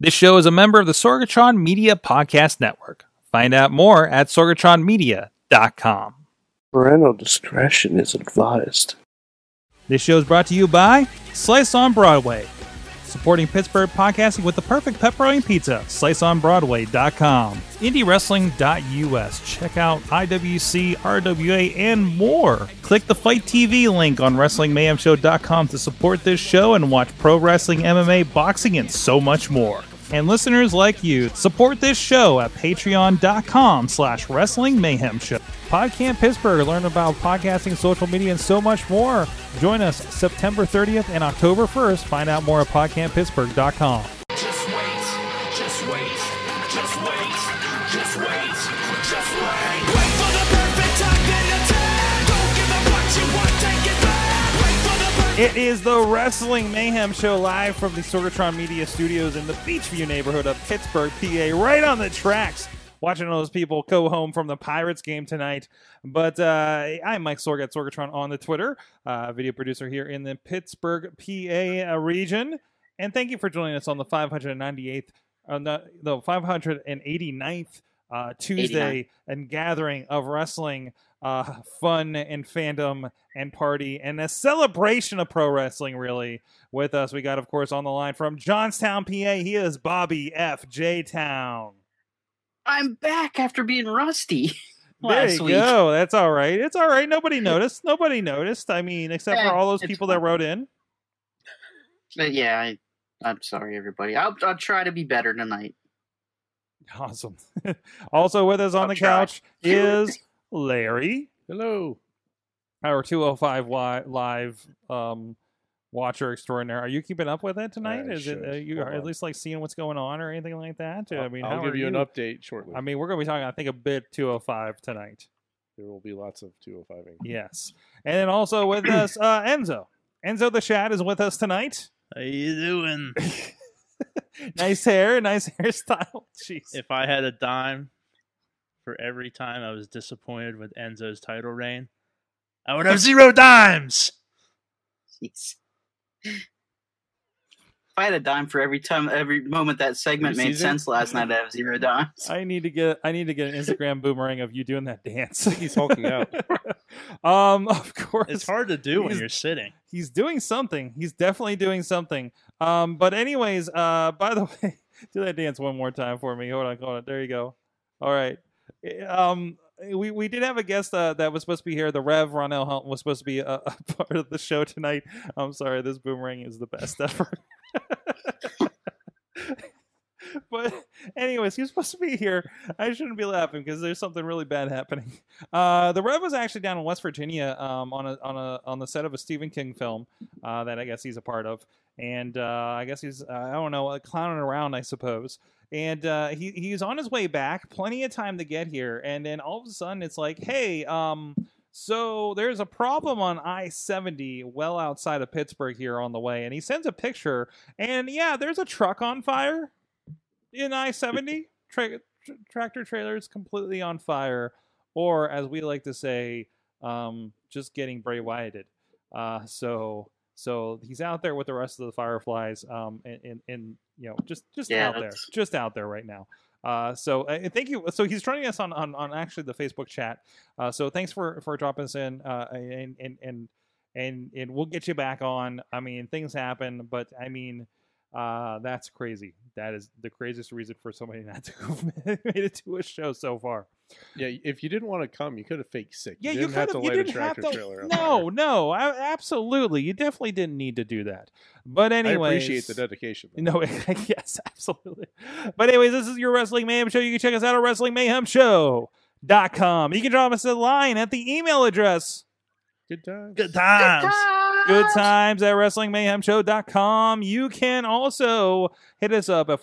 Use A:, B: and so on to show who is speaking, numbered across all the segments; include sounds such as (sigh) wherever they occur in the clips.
A: This show is a member of the Sorgatron Media Podcast Network. Find out more at sorgatronmedia.com.
B: Parental discretion is advised.
A: This show is brought to you by Slice on Broadway, supporting Pittsburgh podcasting with the perfect pepperoni pizza. SliceOnBroadway.com, IndieWrestling.us. Check out IWC, RWA, and more. Click the Fight TV link on WrestlingMayhemShow.com to support this show and watch pro wrestling, MMA, boxing, and so much more. And listeners like you, support this show at patreon.com slash wrestling mayhem show. Podcamp Pittsburgh, learn about podcasting, social media, and so much more. Join us September 30th and October 1st. Find out more at podcamppittsburgh.com.
C: Just wait, just wait, just wait, just wait, just wait. Wait for the perfect time then attack. Don't give up what you want, take it back. Wait for the perfect
A: It is the Wrestling Mayhem Show live from the Sorgatron Media Studios in the Beachview neighborhood of Pittsburgh, PA, right on the tracks. Watching all those people go home from the Pirates game tonight. But uh, I'm Mike Sorg at Sorgatron on the Twitter, uh, video producer here in the Pittsburgh, PA region. And thank you for joining us on the 598th, uh, no, no, 589th uh, Tuesday and gathering of wrestling uh, fun and fandom and party and a celebration of pro wrestling, really. With us, we got, of course, on the line from Johnstown, PA. He is Bobby F. J. Town.
D: I'm back after being rusty (laughs)
A: There
D: last
A: you
D: week.
A: go. That's all right. It's all right.
E: (laughs)
A: Nobody noticed. Nobody noticed. I mean, except
D: Yeah,
A: for all those
D: it's
A: people
D: fine.
A: that wrote in.
D: But yeah, I, I'm sorry, everybody. I'll, I'll try to be better tonight. (laughs)
A: Awesome. (laughs) also with us on
D: I'll
A: the
D: try.
A: couch is Larry.
E: Hello.
A: our 205 li- live um watcher extraordinaire are you keeping up with it tonight
E: I
A: is it
E: should.
A: uh, you
E: Hold
A: are at
E: on.
A: least like seeing what's going on or anything like that i
E: I'll-
A: mean
E: I'll
A: how
E: give
A: are
E: you an update shortly.
A: i mean we're gonna be talking i think a bit 205 tonight
E: there will be lots of
A: (laughs)
E: 205 ing.
A: yes and then also with us uh enzo enzo the chat is with us
E: (laughs)
A: tonight
F: How you doing?
A: nice hair nice hairstyle (laughs) jeez
F: if I had a dime for every time I was disappointed with Enzo's title reign, I would have zero dimes.
D: Jeez. If I had a dime for every time, every moment that segment made
E: Preseason?
D: sense last night, I have zero dimes.
A: I need to get I need to get an Instagram boomerang of you doing that dance.
E: He's hulking out.
A: (laughs) um, of course,
F: It's hard to do when
A: He's-
F: you're sitting.
A: he's doing something. He's definitely doing something. Um, but anyways, uh, (laughs) by the way, do that dance one more time for me. Hold on, hold on. There you go. All right. Um, we, we did have a guest uh, that was supposed to be here. The Rev Ronell Hunt was supposed to be a, (laughs) a part of the show tonight. I'm sorry, this boomerang is the best (laughs) ever. but anyways, he was supposed to be here. I shouldn't be laughing because there's something really bad happening. Uh, the Rev was actually down in West Virginia um, on a on a on the set of a Stephen King film uh, that I guess he's a part of, and uh, I guess he's uh, I don't know uh, clowning around, I suppose. And uh, he he's on his way back, plenty of time to get here, and then all of a sudden it's like, hey, um, so there's a problem on I seventy, well outside of Pittsburgh here on the way, and he sends a picture, and yeah, there's a truck on fire in I seventy. Tra- tra- tractor trailer is completely on fire or as we like to say, um, just getting Bray Wyatted. Uh, so so he's out there with the rest of the Fireflies, um, and, and, and you know just just
D: Yeah,
A: out there,
D: that's-
A: just out there right now. Uh, so uh, and thank you. So he's joining us on, on, on actually the Facebook chat. Uh, so thanks for for dropping us in, uh, and and and and and we'll get you back on. I mean things happen, but I mean. Uh, that's crazy. That is the craziest reason for somebody (laughs) not to have made it to a show so far.
E: Yeah, if you didn't want to come, you could have faked sick.
A: Yeah,
E: you
A: you
E: didn't have
A: could
E: to
A: have. You
E: light a
A: didn't have
E: tractor trailer.
A: to.
E: on
A: No,
E: fire.
A: no, a- absolutely. You definitely didn't need to do that. But anyway,
E: I appreciate the dedication. though.
A: No, (laughs) yes, absolutely. But anyways, this is your Wrestling Mayhem Show. You can check us out at WrestlingMayhemShow.com. You can drop us a line at the email address
E: Good time.
F: Good times.
A: good times at wrestlingmayhemshow.com. You can also hit us up at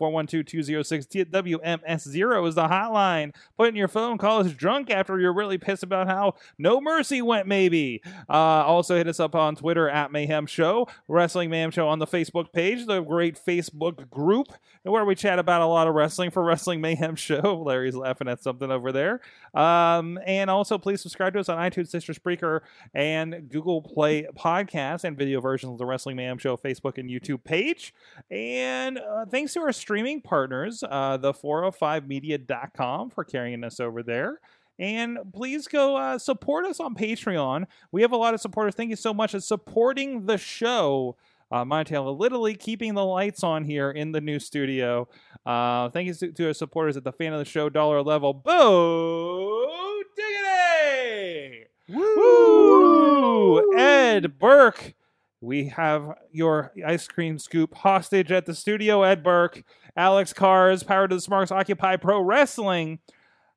A: 412-206-WMS0 is the hotline. Put in your phone, call us drunk after you're really pissed about how No Mercy went maybe. Uh, also hit us up on Twitter at Mayhem Show, Wrestling Mayhem Show on the Facebook page, the great Facebook group where we chat about a lot of wrestling for Wrestling Mayhem Show. (laughs) Larry's laughing at something over there. Um, and also please subscribe to us on iTunes, Sister Spreaker, and Google Play Podcast. podcast and video versions of the Wrestling Mayhem Show Facebook and YouTube page. And uh, thanks to our streaming partners, uh, the405media.com, for carrying us over there. And please go uh, support us on Patreon. We have a lot of supporters. Thank you so much for supporting the show. Uh, Montana literally keeping the lights on here in the new studio. Uh, thank you to, to our supporters at the fan of the show dollar level. Boo diggity! Woo! Ed Burke, we have your ice cream scoop hostage at the studio. Ed Burke, Alex Cars, Power to the Smarks, Occupy Pro Wrestling,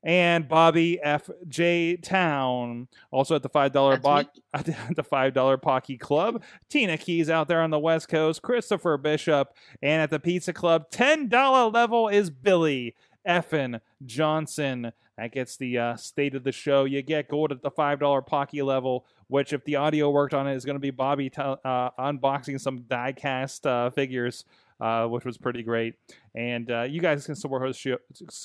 A: and Bobby F J Town. Also at the five dollar
D: That's
A: box,
D: me.
A: (laughs) at the five dollar Pocky Club. Tina Keys out there on the West Coast. Christopher Bishop, and at the Pizza Club, ten dollar level is Billy Effin Johnson. That gets the uh, state of the show. You get gold at the five dollar Pocky level, which, if the audio worked on it, is going to be Bobby t- uh, unboxing some diecast uh, figures, uh, which was pretty great. And uh, you guys can support us show,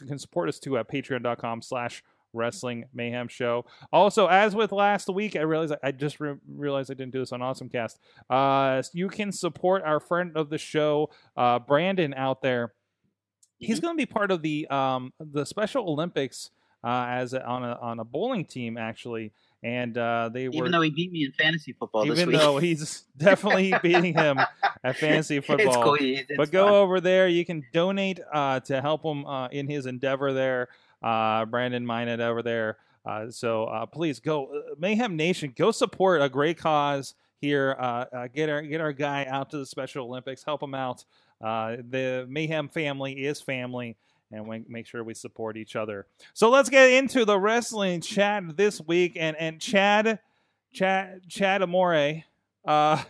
A: can support us too at Patreon.com/slash Wrestling Mayhem Show. Also, as with last week, I realized I just re- realized I didn't do this on AwesomeCast. Uh, you can support our friend of the show, uh, Brandon, out there.
D: Mm-hmm.
A: He's going to be part of the um, the Special Olympics uh, as a, on a on a bowling team actually, and uh, they were
D: Even though he beat me in fantasy football this
A: even
D: week.
A: though
D: (laughs)
A: he's definitely beating him at fantasy football.
D: It's cool. It- it's
A: but go
D: fun.
A: over there. You can donate uh, to help him uh, in his endeavor there. Uh, Brandon Minot over there. Uh, so uh, please go, uh, Mayhem Nation, go support a great cause here. Uh, uh, get our get our guy out to the Special Olympics. Help him out. Uh, the Mayhem family is family, and we make sure we support each other. So let's get into the wrestling chat this week, and and Chad, Chad, Chad Amore. Uh,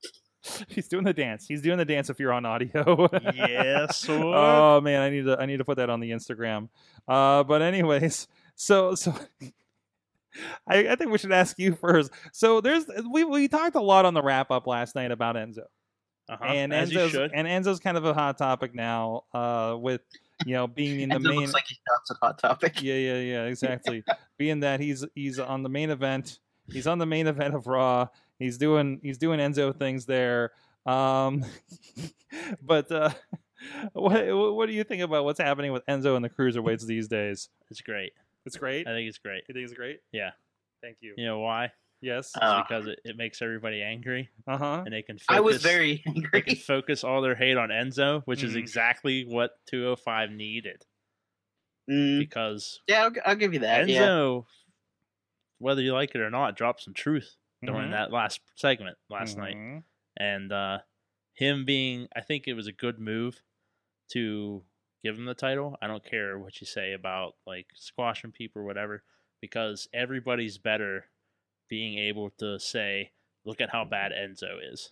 A: (laughs) he's doing the dance. He's doing the dance. If you're on audio, (laughs)
F: yes. what?
A: oh man, I need to I need to put that on the Instagram. Uh, but anyways, so so (laughs) I, I think we should ask you first. So there's we we talked a lot on the wrap up last night about Enzo,
F: Uh-huh,
A: and
F: as you
A: Enzo's
F: should.
A: and Enzo's kind of a hot topic now. Uh, with you know
F: (laughs)
A: being in the
D: Enzo
A: main
D: looks like he shots at
A: (laughs)
D: Hot Topic.
A: yeah, yeah, yeah, exactly. Being that he's he's on the main event, he's on the
F: (laughs)
A: main event of Raw. He's doing he's doing Enzo things there. Um, (laughs) but uh, (laughs) what what do you think about what's happening with Enzo and the cruiserweights these days?
F: It's great.
A: It's great.
F: I think it's great.
A: You think it's great?
F: Uh, Yeah. Uh,
A: Thank you.
F: You know why?
A: Yes.
F: It's
D: Ah.
F: because it, it makes everybody angry,
A: Uh huh.
F: and they can. Focus,
D: I was very (laughs)
F: They can
D: angry.
F: focus all their hate on Enzo, which is
A: Mhm.
F: exactly what 205 needed
D: Mm,
F: because
D: yeah, I'll, I'll give you that. Yeah.
F: Enzo, whether you like it or not, dropped some truth during
A: Mm-hmm.
F: that last segment last night. and uh, him being, I think it was a good move to give him the title. I don't care what you say about like squashing people or whatever, because everybody's better being able to say, "Look at how bad Enzo is,"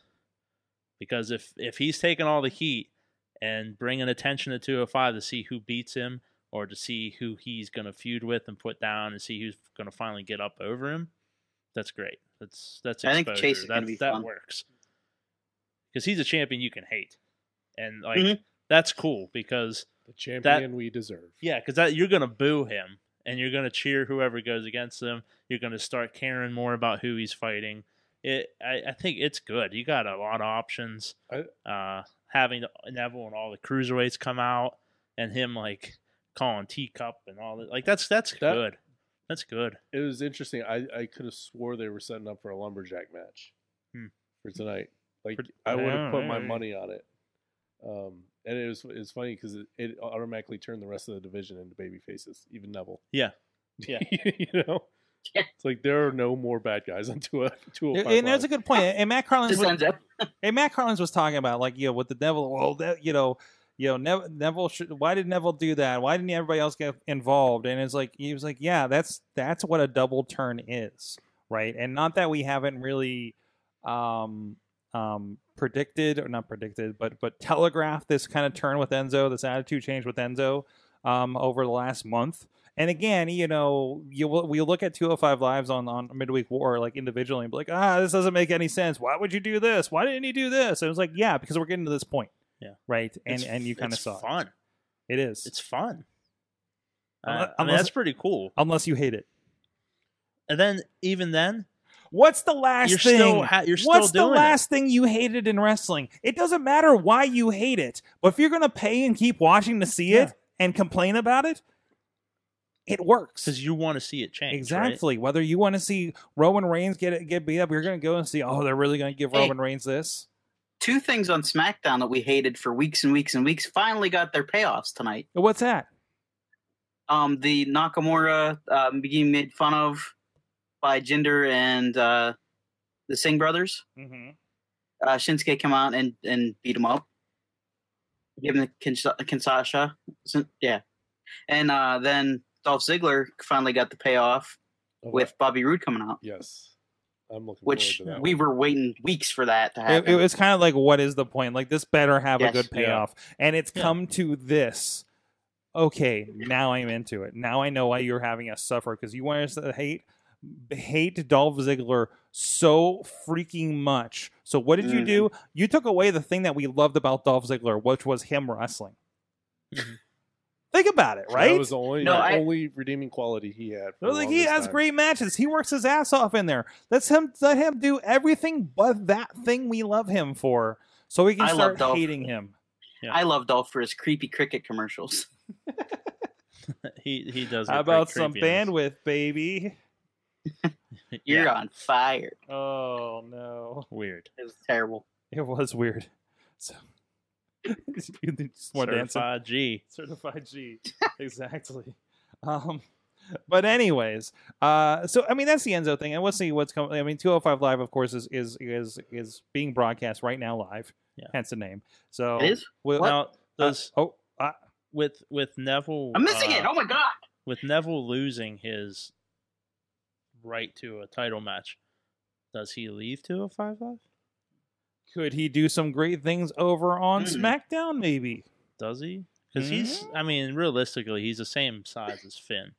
F: because if if he's taking all the heat and bringing attention to 205 to see who beats him or to see who he's going to feud with and put down and see who's going to finally get up over him that's great that's that's
D: I
F: exposure.
D: think Chase is gonna
F: That's-
D: be
F: that
D: fun.
F: works because he's a champion you can hate and like
D: Mhm.
F: that's cool because
E: The champion we deserve.
F: yeah because that you're going to boo him and you're going to cheer whoever goes against him you're going to start caring more about who he's fighting it I, I think it's good you got a lot of options
E: I-
F: uh having neville and all the cruiserweights come out and him like calling teacup and all that like that's that's
E: That-
F: good that's good
E: It was interesting. I, I could have swore they were setting up for a lumberjack match
F: Hmm.
E: for tonight. Like
A: For-
E: I would
A: Yeah,
E: have put my
A: maybe.
E: money on it. Um, and it was it's funny because it, it automatically turned the rest of the division into baby faces, even Neville. (laughs)
F: Yeah. Yeah.
E: you know,
D: Yeah.
E: it's like there are no more bad guys on (laughs) two two hundred five.
A: And that's a good point. And Matt Carlin's
D: Just ends up.
A: And Matt Carlins was talking about like you know with the Neville, well, that, you know, you know Nev- Neville. Should, why did Neville do that? Why didn't everybody else get involved? And it's like he was like, yeah, that's that's what a double turn is, right? And not that we haven't really um, um, predicted or not predicted, but but telegraphed this kind of turn with Enzo, this attitude change with Enzo um, over the last month. And again, you know, you will- we look at 205 Lives on, on Midweek War like individually and be like, ah, this doesn't make any sense. Why would you do this? Why didn't you do this? And it was like, yeah, because we're getting to this point.
F: Yeah.
A: Right. And
F: It's-
A: and you kind of
F: it's
A: saw it.
F: fun
A: it is.
F: it's fun
A: Unle-
F: Uh, I mean,
A: unless-
F: that's pretty cool
A: Unless you hate it.
F: And then even then,
A: What's the last
F: you're
A: thing?
F: still ha- you're still
A: What's the
F: doing it.
A: last thing you hated in wrestling? It doesn't matter why you hate it, but if you're gonna pay and keep watching to see
F: Yeah.
A: it and complain about it, it works.
F: because you want to see it change. right?
A: Exactly. Whether you want to see Roman Reigns get get beat up, you're gonna go and see. Oh, they're really gonna give
D: Hey.
A: Roman Reigns this.
D: Two things on SmackDown that we hated for weeks and weeks and weeks finally got their payoffs tonight.
A: What's that?
D: um, the Nakamura um, being made fun of by Jinder and uh, the Singh brothers.
A: Mm-hmm.
D: Uh, Shinsuke come out and, and beat him up, give him the kins- Kinshasa. Sin- Yeah, and uh, then Dolph Ziggler finally got the payoff
E: Oh,
D: with Bobby Roode coming out,
E: yes, I'm looking
D: which
E: forward to that.
D: we
E: one.
D: were waiting weeks for that to
A: It,
D: happen.
A: it was kind of like, what is the point? Like this better have a
D: Yes.
A: good
E: Yeah.
A: payoff, and it's come to this. Okay, now I'm into it. Now I know why you're having us suffer because you want us to hate hate Dolph Ziggler so freaking much. So what did you
D: Mhm.
A: do? You took away the thing that we loved about Dolph Ziggler, which was him wrestling.
F: Mhm.
A: Think about it, right?
E: That was the only,
D: No,
E: the
D: I-
E: only redeeming quality he had. for
A: No,
E: the
A: like he
E: longest
A: has
E: time.
A: great matches. He works his ass off in there. Let's him let him do everything but that thing we love him for, so we can
D: I love
A: start
D: Dolph.
A: hating him.
D: I love Dolph for his creepy cricket commercials. (laughs)
F: He he does.
A: How
F: get pretty
A: about some
F: creepy on
A: bandwidth, baby?
F: us.
D: You're
F: Yeah,
D: on fire.
A: Oh no, (laughs)
F: weird.
D: It was terrible.
A: it was weird. So (laughs) You need some more dancing.
F: Certified G.
A: certified G. exactly. (laughs) Um, but anyways, uh, so I mean that's the Enzo thing, and we'll see what's coming. I mean, 205 Live, of course, is is is is being broadcast right now live.
F: Yeah.
A: hence the name. So
D: It is.
A: we'll- uh,
F: Now does
A: oh, uh,
F: with with Neville.
D: I'm missing
F: uh,
D: it. Oh my god.
F: with Neville losing his right to a title match, does he leave to a five five?
A: could he do some great things over on
D: Mm.
A: SmackDown? Maybe.
F: Does he? Because he's,
D: Mm-hmm.
F: I mean, realistically, he's the same size as Finn,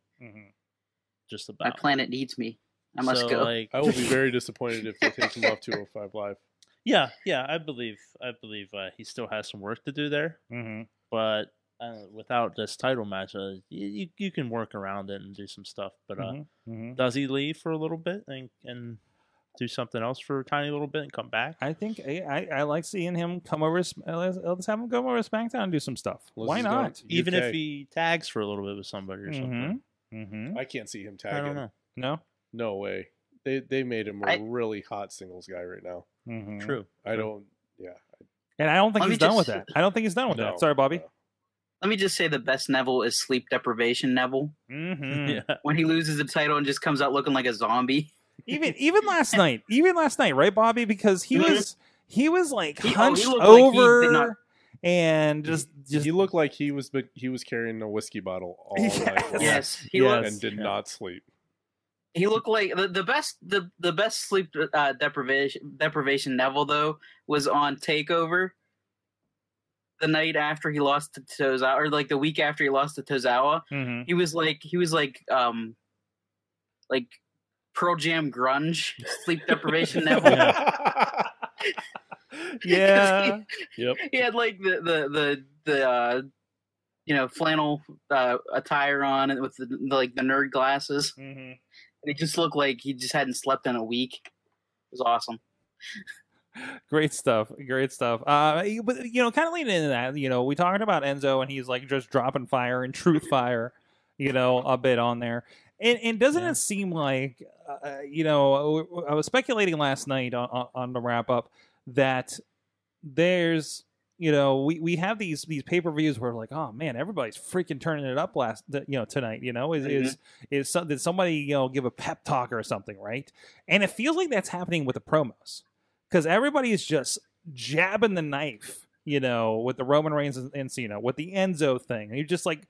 F: just
D: My
F: about.
D: planet needs me. I must
F: So,
D: go.
F: Like,
A: Oh.
E: I will be very disappointed if they take him off 205 live.
F: yeah, yeah, I believe, I believe uh, he still has some work to do there.
A: Mm-hmm.
F: But uh, without this title match, uh, you, you you can work around it and do some stuff. But uh, does he leave for a little bit and and do something else for a tiny little bit and come back?
A: I think I, I, I like seeing him come over. to Sm- uh, Let's, let's have him come over to SmackDown and do some stuff.
E: Unless
A: Why
E: he's gone
A: not?
E: to
F: Even
E: UK.
F: if he tags for a little bit with somebody or something.
A: Mm-hmm.
E: I can't see him
F: Hmm? I don't
E: tagging.
F: know.
A: No.
E: No way. They they made him a
D: I-
E: really hot singles guy right now.
A: Mm-hmm.
F: True.
E: I don't. Yeah.
A: And I don't think
D: Let me
A: he's done with
D: just-
A: that. I don't think he's done with
E: No,
A: that. Sorry,
E: (laughs)
A: Bobby.
E: no.
D: Let me just say the best Neville is sleep deprivation Neville.
A: Mm-hmm. (laughs)
F: Yeah.
D: when he loses the title and just comes out looking like a zombie.
A: even even last night, even last night, right, Bobby? Because he
D: Mhm.
A: was he was like
D: He- oh, he
A: hunched
D: looked like he did
A: over
D: not-
A: and just just
E: he looked like he was, but he was carrying a whiskey
F: (laughs)
E: bottle all
A: Yes.
E: night long
D: Yes, he
A: Yes.
D: looked.
E: and did
F: Yeah.
E: not sleep.
D: He looked like the, the best. The, the best sleep uh, deprivation deprivation Neville though was on Takeover. The night after he lost to Tozawa, or like the week after he lost to Tozawa, (laughs)
A: Mhm.
D: he was like he was like um like Pearl Jam grunge sleep (laughs) deprivation Neville.
A: yeah.
E: Yep.
D: (laughs) he had like the the the, the uh, you know flannel uh, attire on and with the, the like the nerd glasses.
A: Mhm.
D: And he just looked like he just hadn't slept in a week. It was awesome.
A: Great stuff. Great stuff. Uh, you- but you know, kind of leading into that, you know, we talked about Enzo and he's like just dropping fire and truth fire, you know, a bit on there. And, and doesn't
F: Yeah.
A: it seem like, uh, you know, I was speculating last night on, on, on the wrap up that there's, you know, we, we have these these pay per views where like, oh man, everybody's freaking turning it up last, th- you know, tonight. You know, is is is some, did somebody you know give a pep talk or something, right? And it feels like that's happening with the promos because everybody is just jabbing the knife, you know, with the Roman Reigns and, and Cena, with the Enzo thing. You're just like,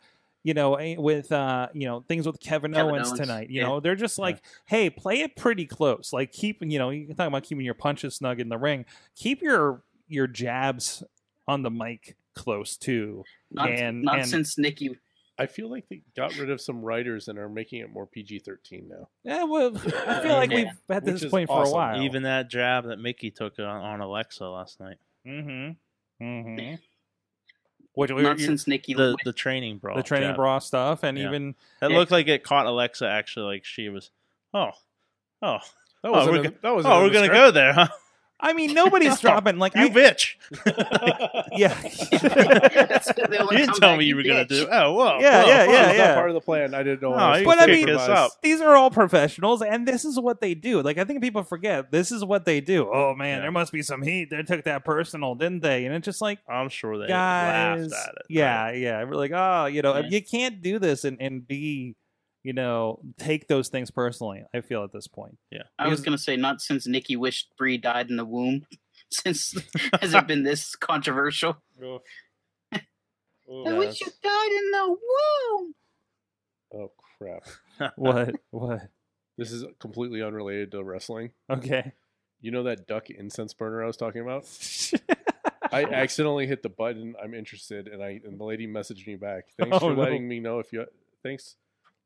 A: you know, eh, with uh, you know things with Kevin,
D: Kevin
A: Owens,
D: Owens,
A: tonight. You
D: yeah.
A: know, they're just like, hey, play it pretty close. Like keep, you know, you can talk about keeping your punches snug in the ring. Keep your your jabs on the mic close too.
D: Not,
A: And-
D: not
A: and-
D: since Nikki.
E: I feel like they got rid of some writers and are making it more PG thirteen now.
A: Yeah, Eh, well, I feel like
D: Yeah.
A: we've at
E: Which
A: this
E: is
A: point for a
E: awesome.
A: while.
F: Even that jab that Mickey took on, on Alexa last night.
A: Mm-hmm. Mm-hmm. Which we were,
D: Not since Nikki.
F: The
D: went-
F: the training bra.
A: the training
F: jab.
A: bra stuff, and
F: Yeah.
A: even
F: That
D: Yeah.
F: looked like it caught Alexa actually like she was oh oh
E: That
F: Oh,
E: wasn't.
F: we're
E: in-
F: go-
E: that was.
F: Oh, we're gonna go
A: (laughs)
F: there, huh?
A: I mean, nobody's dropping like
F: You
A: I,
F: bitch!
A: yeah,
D: (laughs)
F: (laughs)
D: That's the only
F: You didn't
D: comeback
F: tell me you were gonna
D: bitch.
F: do. Oh, whoa!
A: Yeah,
F: whoa,
A: yeah,
F: whoa.
E: That
A: yeah,
E: was
A: yeah.
E: not part of the plan. I didn't know.
F: No,
E: I
F: you
E: was
A: But I mean-
F: picked us up.
A: these are all professionals, and this is what they do. Like I think people forget this is what they do. Oh man,
F: Yeah.
A: there must be some heat. They took that personal, didn't they? And it's just like.
F: I'm sure they
A: guys,
F: laughed at it.
A: yeah, yeah. We're like, oh, you know,
D: Yeah.
A: you can't do this and, and be, you know, take those things personally. I feel at this point.
F: (laughs)
D: I was gonna say not since Nikki Wish Bree died in the womb. (laughs)
F: (laughs)
D: Since has it been this controversial?
E: Oh,
D: I wish you died in the womb.
E: oh crap!
A: What? what?
E: This is completely unrelated to wrestling.
A: Okay. (laughs)
E: You know that duck incense burner I was talking about? I accidentally hit the button. I'm interested, and I and the lady messaged me back.
A: (laughs)
E: Thanks
A: Oh,
E: for
A: no.
E: letting me know if you. Thanks.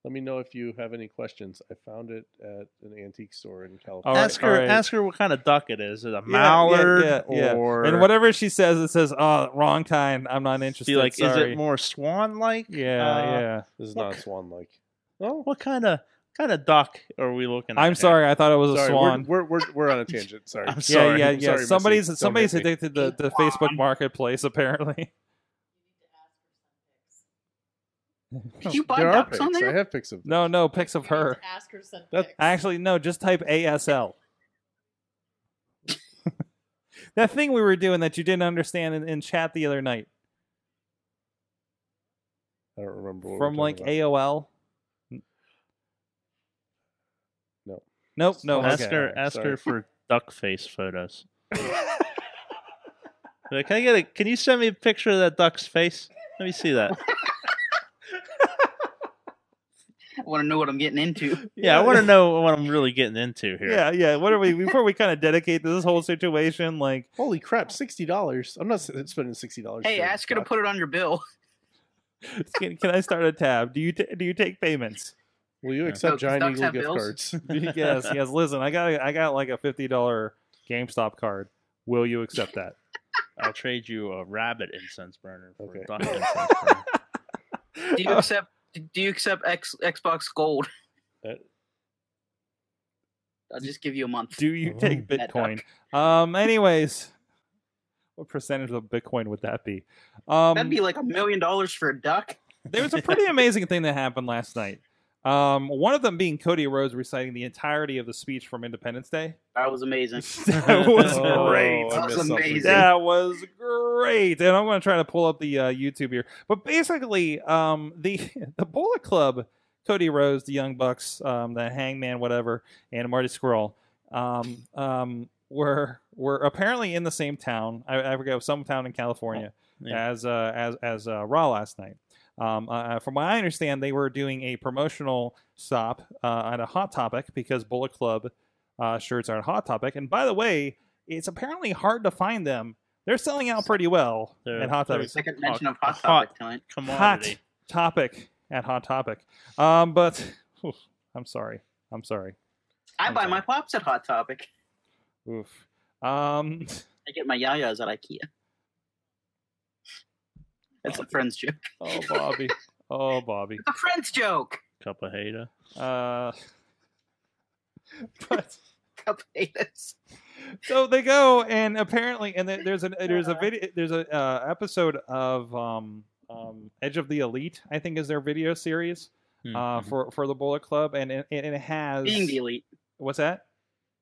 E: Let me know if you have any questions. I found it at an antique store in
A: All
E: California.
A: right,
F: ask her.
A: all right.
F: Ask her what kind of duck it is. Is it a
A: Yeah, yeah,
F: mallard
A: yeah, yeah.
F: or?
A: And whatever she says, it says, "Oh, wrong kind. I'm not interested."
F: Be like, is
A: sorry."
F: it more uh, swan like?
A: Yeah, yeah.
E: This is
F: What
E: not
F: ki-
E: swan like.
F: What kind of kind of duck are we looking? at
A: I'm
F: here?
A: sorry. I thought it was a
E: Sorry,
A: swan.
E: We're, we're, we're we're on a tangent. Sorry.
F: I'm
A: yeah,
F: sorry.
A: yeah,
E: I'm
A: yeah.
E: sorry, Missy.
A: somebody's
E: Don't
A: somebody's
E: hit me.
A: addicted to the Facebook Marketplace, apparently. (laughs)
D: Did you buy
E: There are
D: ducks
E: pics.
D: on
E: I
D: there?
E: have pics of them.
A: No, no pics of her.
G: Ask her some
E: That-
G: pics.
A: Actually, no, just type ASL. (laughs) that thing we were doing that you didn't understand in, in chat the other night
E: I don't remember. What
A: from
E: we're
A: like
E: talking
A: AOL.
E: No.
A: Nope. No.
E: Ask
F: Ask
A: Okay.
F: her.
E: alright,
F: Ask
E: sorry.
F: her for duck face
A: (laughs)
F: photos. Like, can I get a? Can you send me a picture of that duck's face? Let me
A: (laughs)
F: see that.
D: I want to know what I'm getting into.
F: Yeah, I want to know what I'm really getting into here.
A: Yeah, yeah. What are
E: (laughs)
A: we before we kind of dedicate to this whole situation? Like,
E: about. Holy crap! Sixty dollars. I'm not s- spending sixty dollars.
D: Hey, ask her to put it on your bill.
A: can, can I start a tab? Do you t- do you take payments?
E: Will you
D: No,
E: accept
D: 'cause
E: giant
D: ducks
E: eagle
D: have
E: gift
D: bills.
A: (laughs)
E: cards?
A: yes, yes. Listen, I got a- I got like a fifty dollar GameStop card. Will you accept that?
F: I'll trade you a rabbit incense burner for
E: Okay.
F: a duck incense
A: (laughs)
F: burner.
D: Do you accept? Do you accept X, Xbox Gold?
E: Uh,
D: I'll just give you a month.
A: Do you take
D: That
A: Bitcoin? Um. Anyways, what percentage of Bitcoin would that be? Um,
D: That'd be like a million dollars for a duck.
A: there was a pretty amazing thing that happened last night. Um, one of them being Cody Rhodes reciting the entirety of the speech from Independence Day. (laughs)
D: That was amazing. (laughs)
A: That was
F: Oh,
A: great.
E: I missed
D: That's
E: something.
D: amazing.
A: That was great, and I'm going to try to pull up the uh, YouTube here. But basically, um, the (laughs) the Bullet Club, Cody Rhodes, the Young Bucks, um, the Hangman, whatever, and Marty Squirrel, um, um, were were apparently in the same town. I, I forget some town in California
F: Yeah.
A: as uh, as as uh, Raw last night. Um, uh, from what I understand, they were doing a promotional stop uh, at a Hot Topic because Bullet Club uh, shirts are at Hot Topic. And by the way, it's apparently hard to find them. They're selling out pretty well
F: They're-
A: at Hot
F: they're
A: Topic.
D: Second mention of Hot
F: A hot-
D: Topic tonight.
F: Commodity.
A: Topic at Hot Topic. Um, but oof, I'm sorry. I'm sorry.
D: I
A: I'm
D: buy
A: sorry.
D: my pops at Hot Topic.
A: Oof. Um, (laughs)
D: I get my yayas at IKEA. That's a friend's joke.
A: oh Bobby. Oh Bobby.
D: A friend's joke. (laughs)
F: Cup of hater.
A: Uh, (laughs) but
D: Cup haters.
A: so they go and apparently and there- there's a there's a video there's a uh, episode of um, um, Edge of the Elite I think is their video series
F: Hmm.
A: uh, for for the Bullet Club and it, and it has
D: Mm-hmm. Being the elite.
A: what's that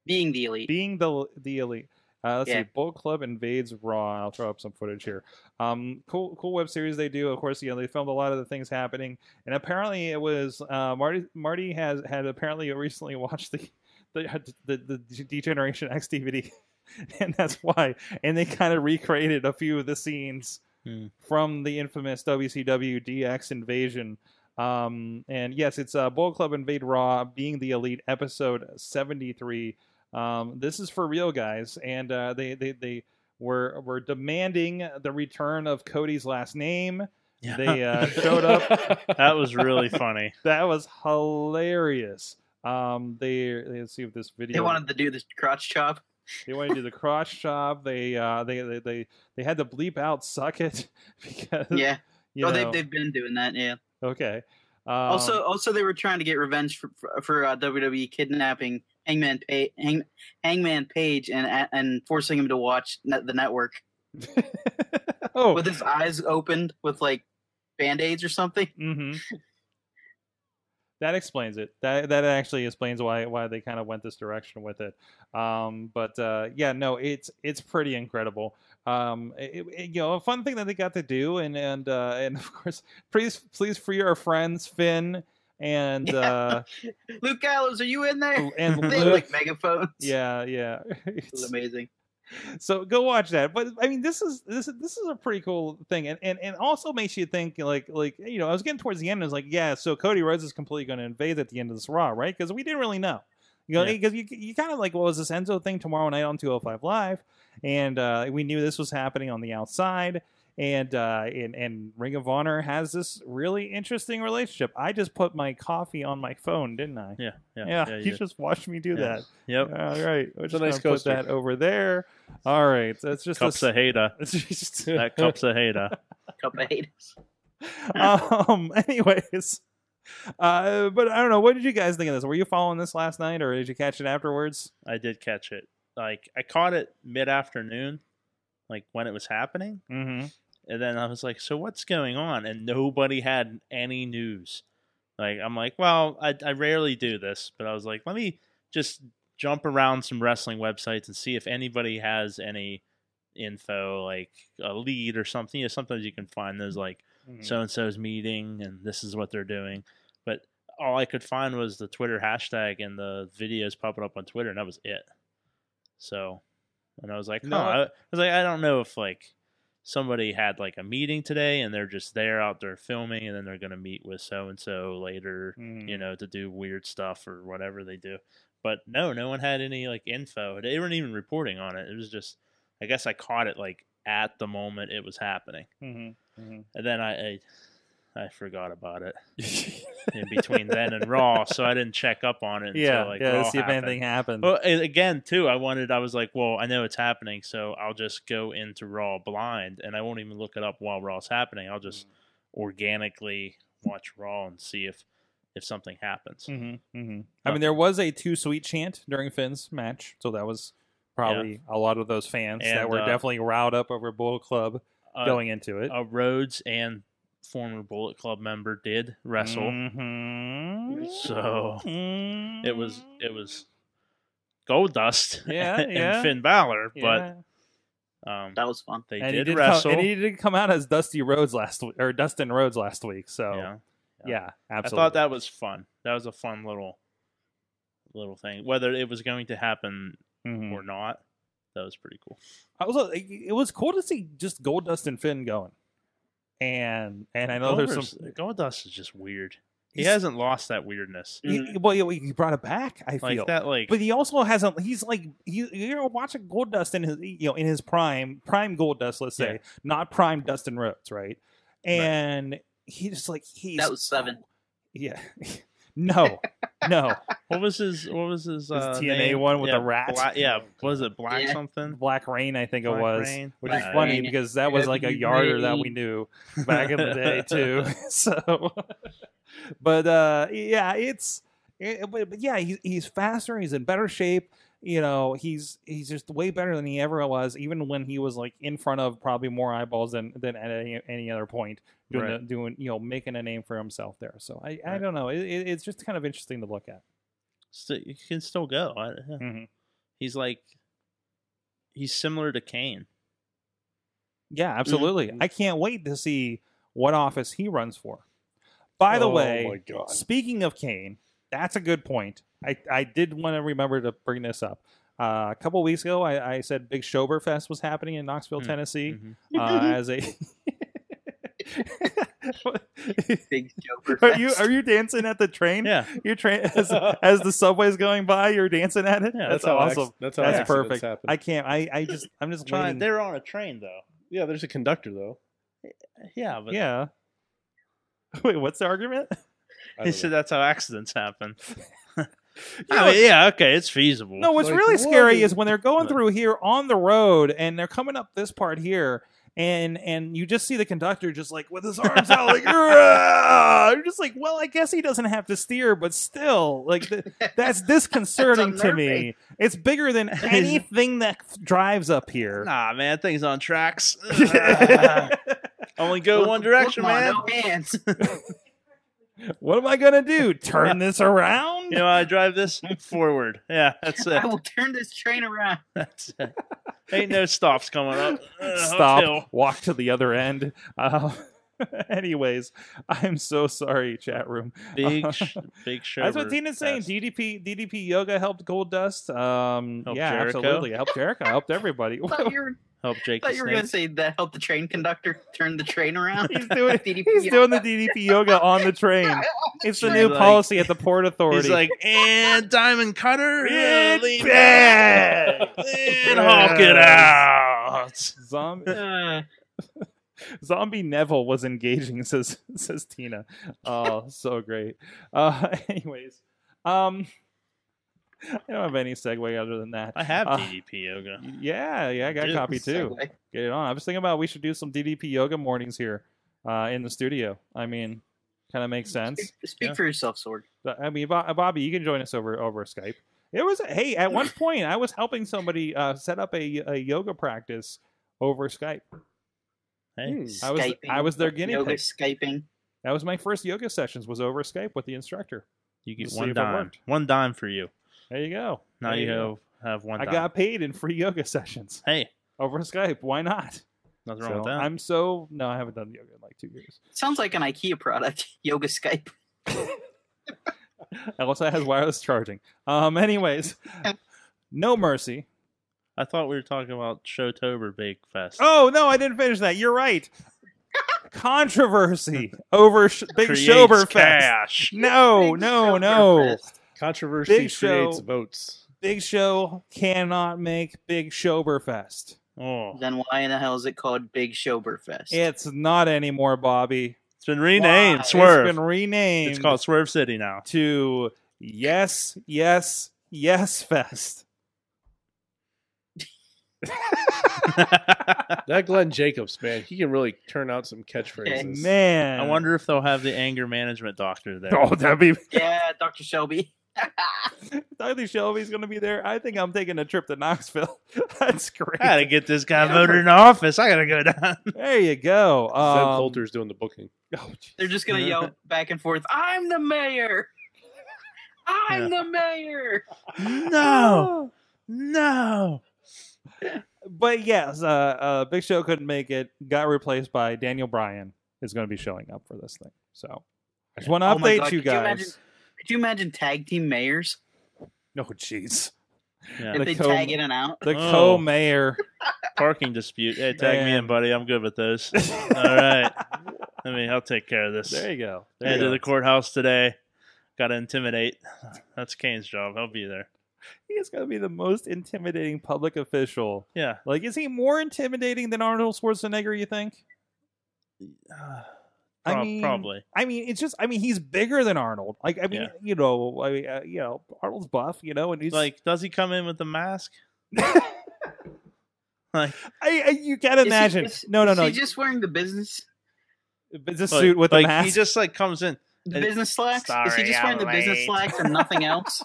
D: Being the elite.
A: being the the elite. Uh, let's
D: Yeah.
A: see. Bullet Club invades Raw. I'll throw up some footage here. Um, cool, cool web series they do. Of course, you know they filmed a lot of the things happening, and apparently it was uh, Marty. Marty has had apparently (laughs) recently watched the the the, the Degeneration X DVD, (laughs) and that's why. And they kind of recreated a few of the scenes
F: Hmm.
A: from the infamous WCW DX invasion. Um, and yes, it's uh, Bullet Club invade Raw, being the elite episode seventy three. Um, this is for real, guys, and uh, they they they were were demanding the return of Cody's last name.
F: Yeah.
A: They
F: (laughs)
A: uh, showed up.
E: (laughs)
F: that was really funny.
A: That was hilarious. Um, they let's see if this video.
D: They wanted to do this crotch chop.
A: They wanted to do the crotch chop. They uh they they they, they had to bleep out "suck it" (laughs) because
D: Yeah.
A: you
D: oh,
A: know,
D: they've, they've been doing that. Yeah.
A: okay. Um,
D: also, also they were trying to get revenge for for, for uh, WWE kidnapping Hangman Page, Hang, Hangman Page, and and forcing him to watch net, the network
A: Um, (laughs) oh,
D: with his eyes opened with like band aids or something. (laughs)
A: hmm that explains it. That that actually explains why why they kind of went this direction with it. Um, but uh, yeah, no, it's it's pretty incredible. Um, it- it- you know, a fun thing that they got to do, and and uh, and (laughs) of course, please please free our friends Finn and
D: (laughs) Yeah.
A: uh,
D: Luke Gallows, are you in there?
A: Oh, and
D: (laughs) They
A: Luke.
D: have, like megaphones.
A: (laughs) yeah, yeah.
D: it was
A: It's-
D: amazing.
A: so go watch that but i mean this is this is this is a pretty cool thing and and, and also makes you think like like you know i was getting towards the end i was like yeah so cody rhodes is completely going to invade at the end of this raw right because we didn't really know you know
F: Yeah.
A: because you, you kind of like what was this enzo thing tomorrow night on 205 live and uh, we knew this was happening on the outside and uh and, and ring of honor has this really interesting relationship i just put my coffee on my phone didn't i
F: Yeah, yeah,
A: yeah,
F: yeah,
A: you,
F: yeah.
A: just watched me do
F: Yeah.
A: that
F: Yep.
A: all right, we're
E: It's a
A: just
E: nice
A: gonna put
E: coaster.
A: that over there. All right, that's just a
F: Cups
A: (laughs)
F: of hater.
A: s- just-
F: That cups of hater.
D: Cup of haters.
A: (laughs) um. Anyways, uh, but I don't know. What did you guys think of this? Were you following this last night, or did you catch it afterwards?
F: I did catch it. Like I caught it mid afternoon, like when it was happening.
A: Mm-hmm.
F: And then I was like, so what's going on? And nobody had any news. Like, I'm like, well, I, I rarely do this, but I was like, let me just jump around some wrestling websites and see if anybody has any info, like a lead or something. You know, sometimes you can find those, like,
A: Mm-hmm.
F: so and so's meeting and this is what they're doing. But all I could find was the Twitter hashtag and the videos popping up on Twitter, and that was it. So, and I was like, huh.
A: No,
F: I, I was like, I don't know if like somebody had like a meeting today and they're just there out there filming, and then they're gonna meet with so and so later,
A: Mm-hmm.
F: you know, to do weird stuff or whatever they do. But no, no one had any like info. They weren't even reporting on it. It was just, I guess I caught it like at the moment it was happening.
A: Mm-hmm.
F: (laughs) And then I, I, I forgot about it in between then and Raw, so I didn't check up on it. Until,
A: yeah,
F: like,
A: yeah.
F: Raw
A: to see if
F: happened.
A: anything happened.
F: Well, and again, too, I wanted. I was like, well, I know it's happening, so I'll just go into Raw blind, and I won't even look it up while Raw's happening. I'll just
A: Mm.
F: organically watch Raw and see if if something happens.
A: Mm-hmm.
F: uh,
A: I mean, there was a too sweet chant during Finn's match, so that was probably a lot of those fans that
F: And,
A: were
F: uh,
A: definitely riled up over Bull Club
F: Uh,
A: going into it.
F: uh, Rhodes and former Bullet Club member did wrestle,
A: Mhm.
F: so
A: Mhm.
F: it was it was gold dust
A: Yeah,
F: (laughs) and
A: yeah.
F: Finn Balor,
A: Yeah.
F: but um,
D: (laughs) That was fun.
F: they
A: and
F: did,
A: he did
F: wrestle.
A: Come, and he did come out as Dusty Rhodes last week, or Dustin Rhodes last week. So yeah,
F: yeah. oh, I
A: absolutely.
F: thought that was fun. That was a fun little little thing. Whether it was going to happen
A: Mhm.
F: or not, that was pretty cool.
A: I was. like, It was cool to see just Goldust and Finn going, and and I know there's
F: Goldust-
A: some.
F: Goldust is just weird. He
A: He's-
F: hasn't lost that weirdness.
A: He, well, yeah, he brought it back. I
F: Like
A: feel
F: that, like
A: But he also hasn't. He's like he, you're watching Goldust in his you know in his prime prime Goldust, let's say,
F: Yeah.
A: not prime Dustin Rhodes, right? And he just like he's
D: That was seven.
A: Yeah, (laughs) no, no,
F: what was his what was his, uh,
A: TNA
F: name?
A: one with
F: yeah,
A: the rat.
F: Bla- yeah, was it black
D: Yeah.
F: something?
A: Black Rain, I think it
F: Black
A: was.
F: Rain?
A: which is
F: Black
A: funny
D: Rain.
A: because that was like a yarder that we
D: WWE.
A: knew (laughs) back in the
F: (laughs)
A: day too. (laughs) so, but uh, yeah, it's it, but, but yeah, he, he's faster. He's in better shape. You know, he's he's just way better than he ever was, even when he was like in front of probably more eyeballs than than at any, any other point doing
F: Right.
A: the, doing you know making a name for himself there. So I I
F: Right.
A: don't know. It, it, it's just kind of interesting to look at.
F: Sti- he can still go. I, yeah.
A: Mhm.
F: He's like he's similar to Kane.
A: Yeah, absolutely.
F: Mm-hmm.
A: I can't wait to see what office he runs for. By the
E: oh
A: way,
E: my god,
A: Speaking of Kane, that's a good point. I, I did want to remember to bring this up. Uh, a couple weeks ago, I, I said Big Schoberfest was happening in Knoxville,
F: Mm,
A: Tennessee,
F: Mhm.
A: uh, (laughs) as a.
D: (laughs) Big Joker.
A: are you
D: fest.
A: are you dancing at the train?
F: Yeah,
A: You're (laughs) train as, as the subway's going by. You're dancing at it.
F: Yeah,
A: that's,
E: how acc-
A: awesome.
E: that's how
A: that's
E: accidents
A: perfect.
E: Happen.
A: I can't. I, I just I'm just
F: trying.
A: waiting.
F: They're on a train though.
E: yeah, there's a conductor though.
F: Yeah, but
A: Yeah. (laughs) Wait, what's the argument?
E: I
F: He
E: don't know.
F: said that's how accidents happen. (laughs)
A: Yeah,
F: I mean, yeah, okay, it's feasible.
A: No, what's
E: Like,
A: really
E: what
A: scary
E: is-
A: is when they're going
F: Right.
A: through here on the road and they're coming up this part here and and you just see the conductor just like with his arms out
E: (laughs)
A: like "Rah!" you're just like well i guess he doesn't have to steer but still like
E: (laughs)
A: th- that's disconcerting to me
D: unnerving.
A: it's bigger than anything that drives up here
F: Nah, man, things on (laughs) tracks. Only
D: Look-
F: go one direction,
D: look, Ma,
F: man.
D: No hands.
A: (laughs) what am i gonna do
E: (laughs)
A: turn this around
F: You know, how I drive this (laughs) forward. Yeah, that's it.
D: I will turn this train around.
F: (laughs) That's
D: (laughs)
F: it. Ain't no stops coming up. Uh,
A: stop
F: uphill.
A: walk to the other end uh, (laughs) anyways i'm so sorry chat room
F: (laughs) Big, sh- big show.
A: That's what Tina's saying. DDP DDP yoga helped Gold Dust. Um,
F: Helped
A: yeah,
F: Jericho.
A: absolutely. Helped Jericho. Helped everybody.
D: I thought you were,
F: Help Jake.
D: thought
F: The
D: you
A: (laughs)
D: were going to
F: snake.
D: say that helped the train conductor turn the train around.
A: he's
D: (laughs)
A: doing
D: DDP
A: (laughs) he's
D: yoga.
A: doing the DDP yoga on the train.
D: (laughs)
A: It's the new
F: He's like-
A: policy at the port authority.
F: He's like, and Diamond Cutter,
A: Yeah,
F: and lean
A: back."
F: back, (laughs) and Hawk it out.
A: (laughs) zombie
D: Uh,
A: (laughs) zombie Neville was engaging. (laughs) Says says Tina. Oh, so great. Uh, (laughs) anyways, um, (laughs) I don't have any segue other than that.
F: I have
A: Uh,
F: DDP yoga.
A: Yeah, yeah, I got
F: Dude,
A: copy too.
D: segue.
A: get it on. I was thinking about we should do some DDP yoga mornings here uh, in the studio. I mean, kind of makes sense.
D: Speak, speak
F: Yeah.
D: for yourself, Sword.
A: But, I mean, Bo- Bobby, you can join us over over Skype. It was hey, at
F: (laughs)
A: one point I was helping somebody uh, set up a, a yoga practice over Skype.
E: Hmm.
F: Hey,
A: I was
D: Skyping.
A: I was their guinea
D: Yoga
A: pig.
D: Skyping.
A: That was my first yoga sessions was over Skype with the instructor.
F: you
A: Let's
F: get
A: see
F: one
A: if it
F: dime.
A: worked.
F: One dime for you.
A: There you go.
F: Now
A: There
F: you
A: go.
F: have, have one
A: I
F: dime.
A: got paid in free yoga (laughs) sessions
F: hey,
A: over Skype. Why not?
F: nothing
A: So
F: wrong with that.
A: I'm so no, I haven't done yoga in like two years. (laughs)
D: Sounds like an IKEA product. (laughs) Yoga Skype.
A: It also has wireless charging. Um, anyways, no mercy.
F: I thought we were talking about Showtober Bake Fest.
A: Oh no, I didn't finish that. You're right. Controversy over sh- Big
F: Creates
A: Shoberfest.
F: cash.
A: No,
D: Big
A: no,
D: Sober
A: no.
D: Fest.
E: Controversy
A: Big Show-
E: creates votes.
A: Big Show cannot make Big Shoberfest.
F: Oh,
D: Then why in the hell is it called Big Showberfest?
A: It's not anymore, Bobby.
F: it's been renamed
D: Why?
F: Swerve.
A: It's been renamed
F: It's called Swerve
A: (laughs)
F: City now.
A: to Yes, Yes, Yes Fest.
F: I
E: That Glenn Jacobs, man, he can really turn out some catchphrases.
A: Man,
F: wonder if they'll have the anger management doctor there.
A: Oh, that'd be
D: Yeah, Dr. Shelby. (laughs)
A: Dr. Shelby's gonna be there. I think I'm taking a trip to Knoxville. (laughs) That's great.
F: I gotta get this guy
D: Yeah.
F: voted in office. I gotta
A: (laughs)
F: go down.
A: There you go.
E: Zeb
A: Um,
E: Coulter's doing the booking.
A: oh, geez.
D: They're just going to yell back and forth, I'm the mayor. I'm the mayor.
F: No, no.
A: But yes, uh, uh, Big Show couldn't make it. Got replaced by Daniel Bryan is going to be showing up for this thing. So just want to
D: Oh my
A: update
D: God,
A: you
D: could you imagine-
A: guys.
D: Could you imagine tag team mayors
A: No, jeez,
F: Yeah.
D: if
A: The
D: they
A: co-
D: tag in and out?
A: the
D: (laughs)
F: Oh.
A: co-mayor.
F: Parking dispute. Hey, tag me
A: Man.
F: in, buddy. I'm good with those. All
A: (laughs)
F: right. I mean, I'll take care of this.
A: There you go. There
F: Head
A: you
F: to
A: go.
F: the courthouse today. Got to intimidate. That's Kane's job. He'll be there.
A: He is going to be the most intimidating public official.
F: Yeah.
A: Like, is he more intimidating than Arnold Schwarzenegger? You think? I
F: Prob-
A: mean,
F: probably.
A: I mean, it's just. I mean, he's bigger than Arnold. Like, I mean,
F: Yeah.
A: you know, I mean, uh, you know, Arnold's buff, you know, and he's
F: Like, does he come in with the mask? Like,
A: I, I, you can't imagine.
D: Is he, is-
A: no, no,
D: is
A: no.
D: He just wearing the business
A: It's a
F: like-
A: suit with
F: like,
A: a mask.
F: He just like comes in.
D: the
F: Uh,
D: business slacks. is he
F: sorry,
D: just wearing the
F: I'm
D: business
F: late.
D: slacks and nothing
A: (laughs)
D: else?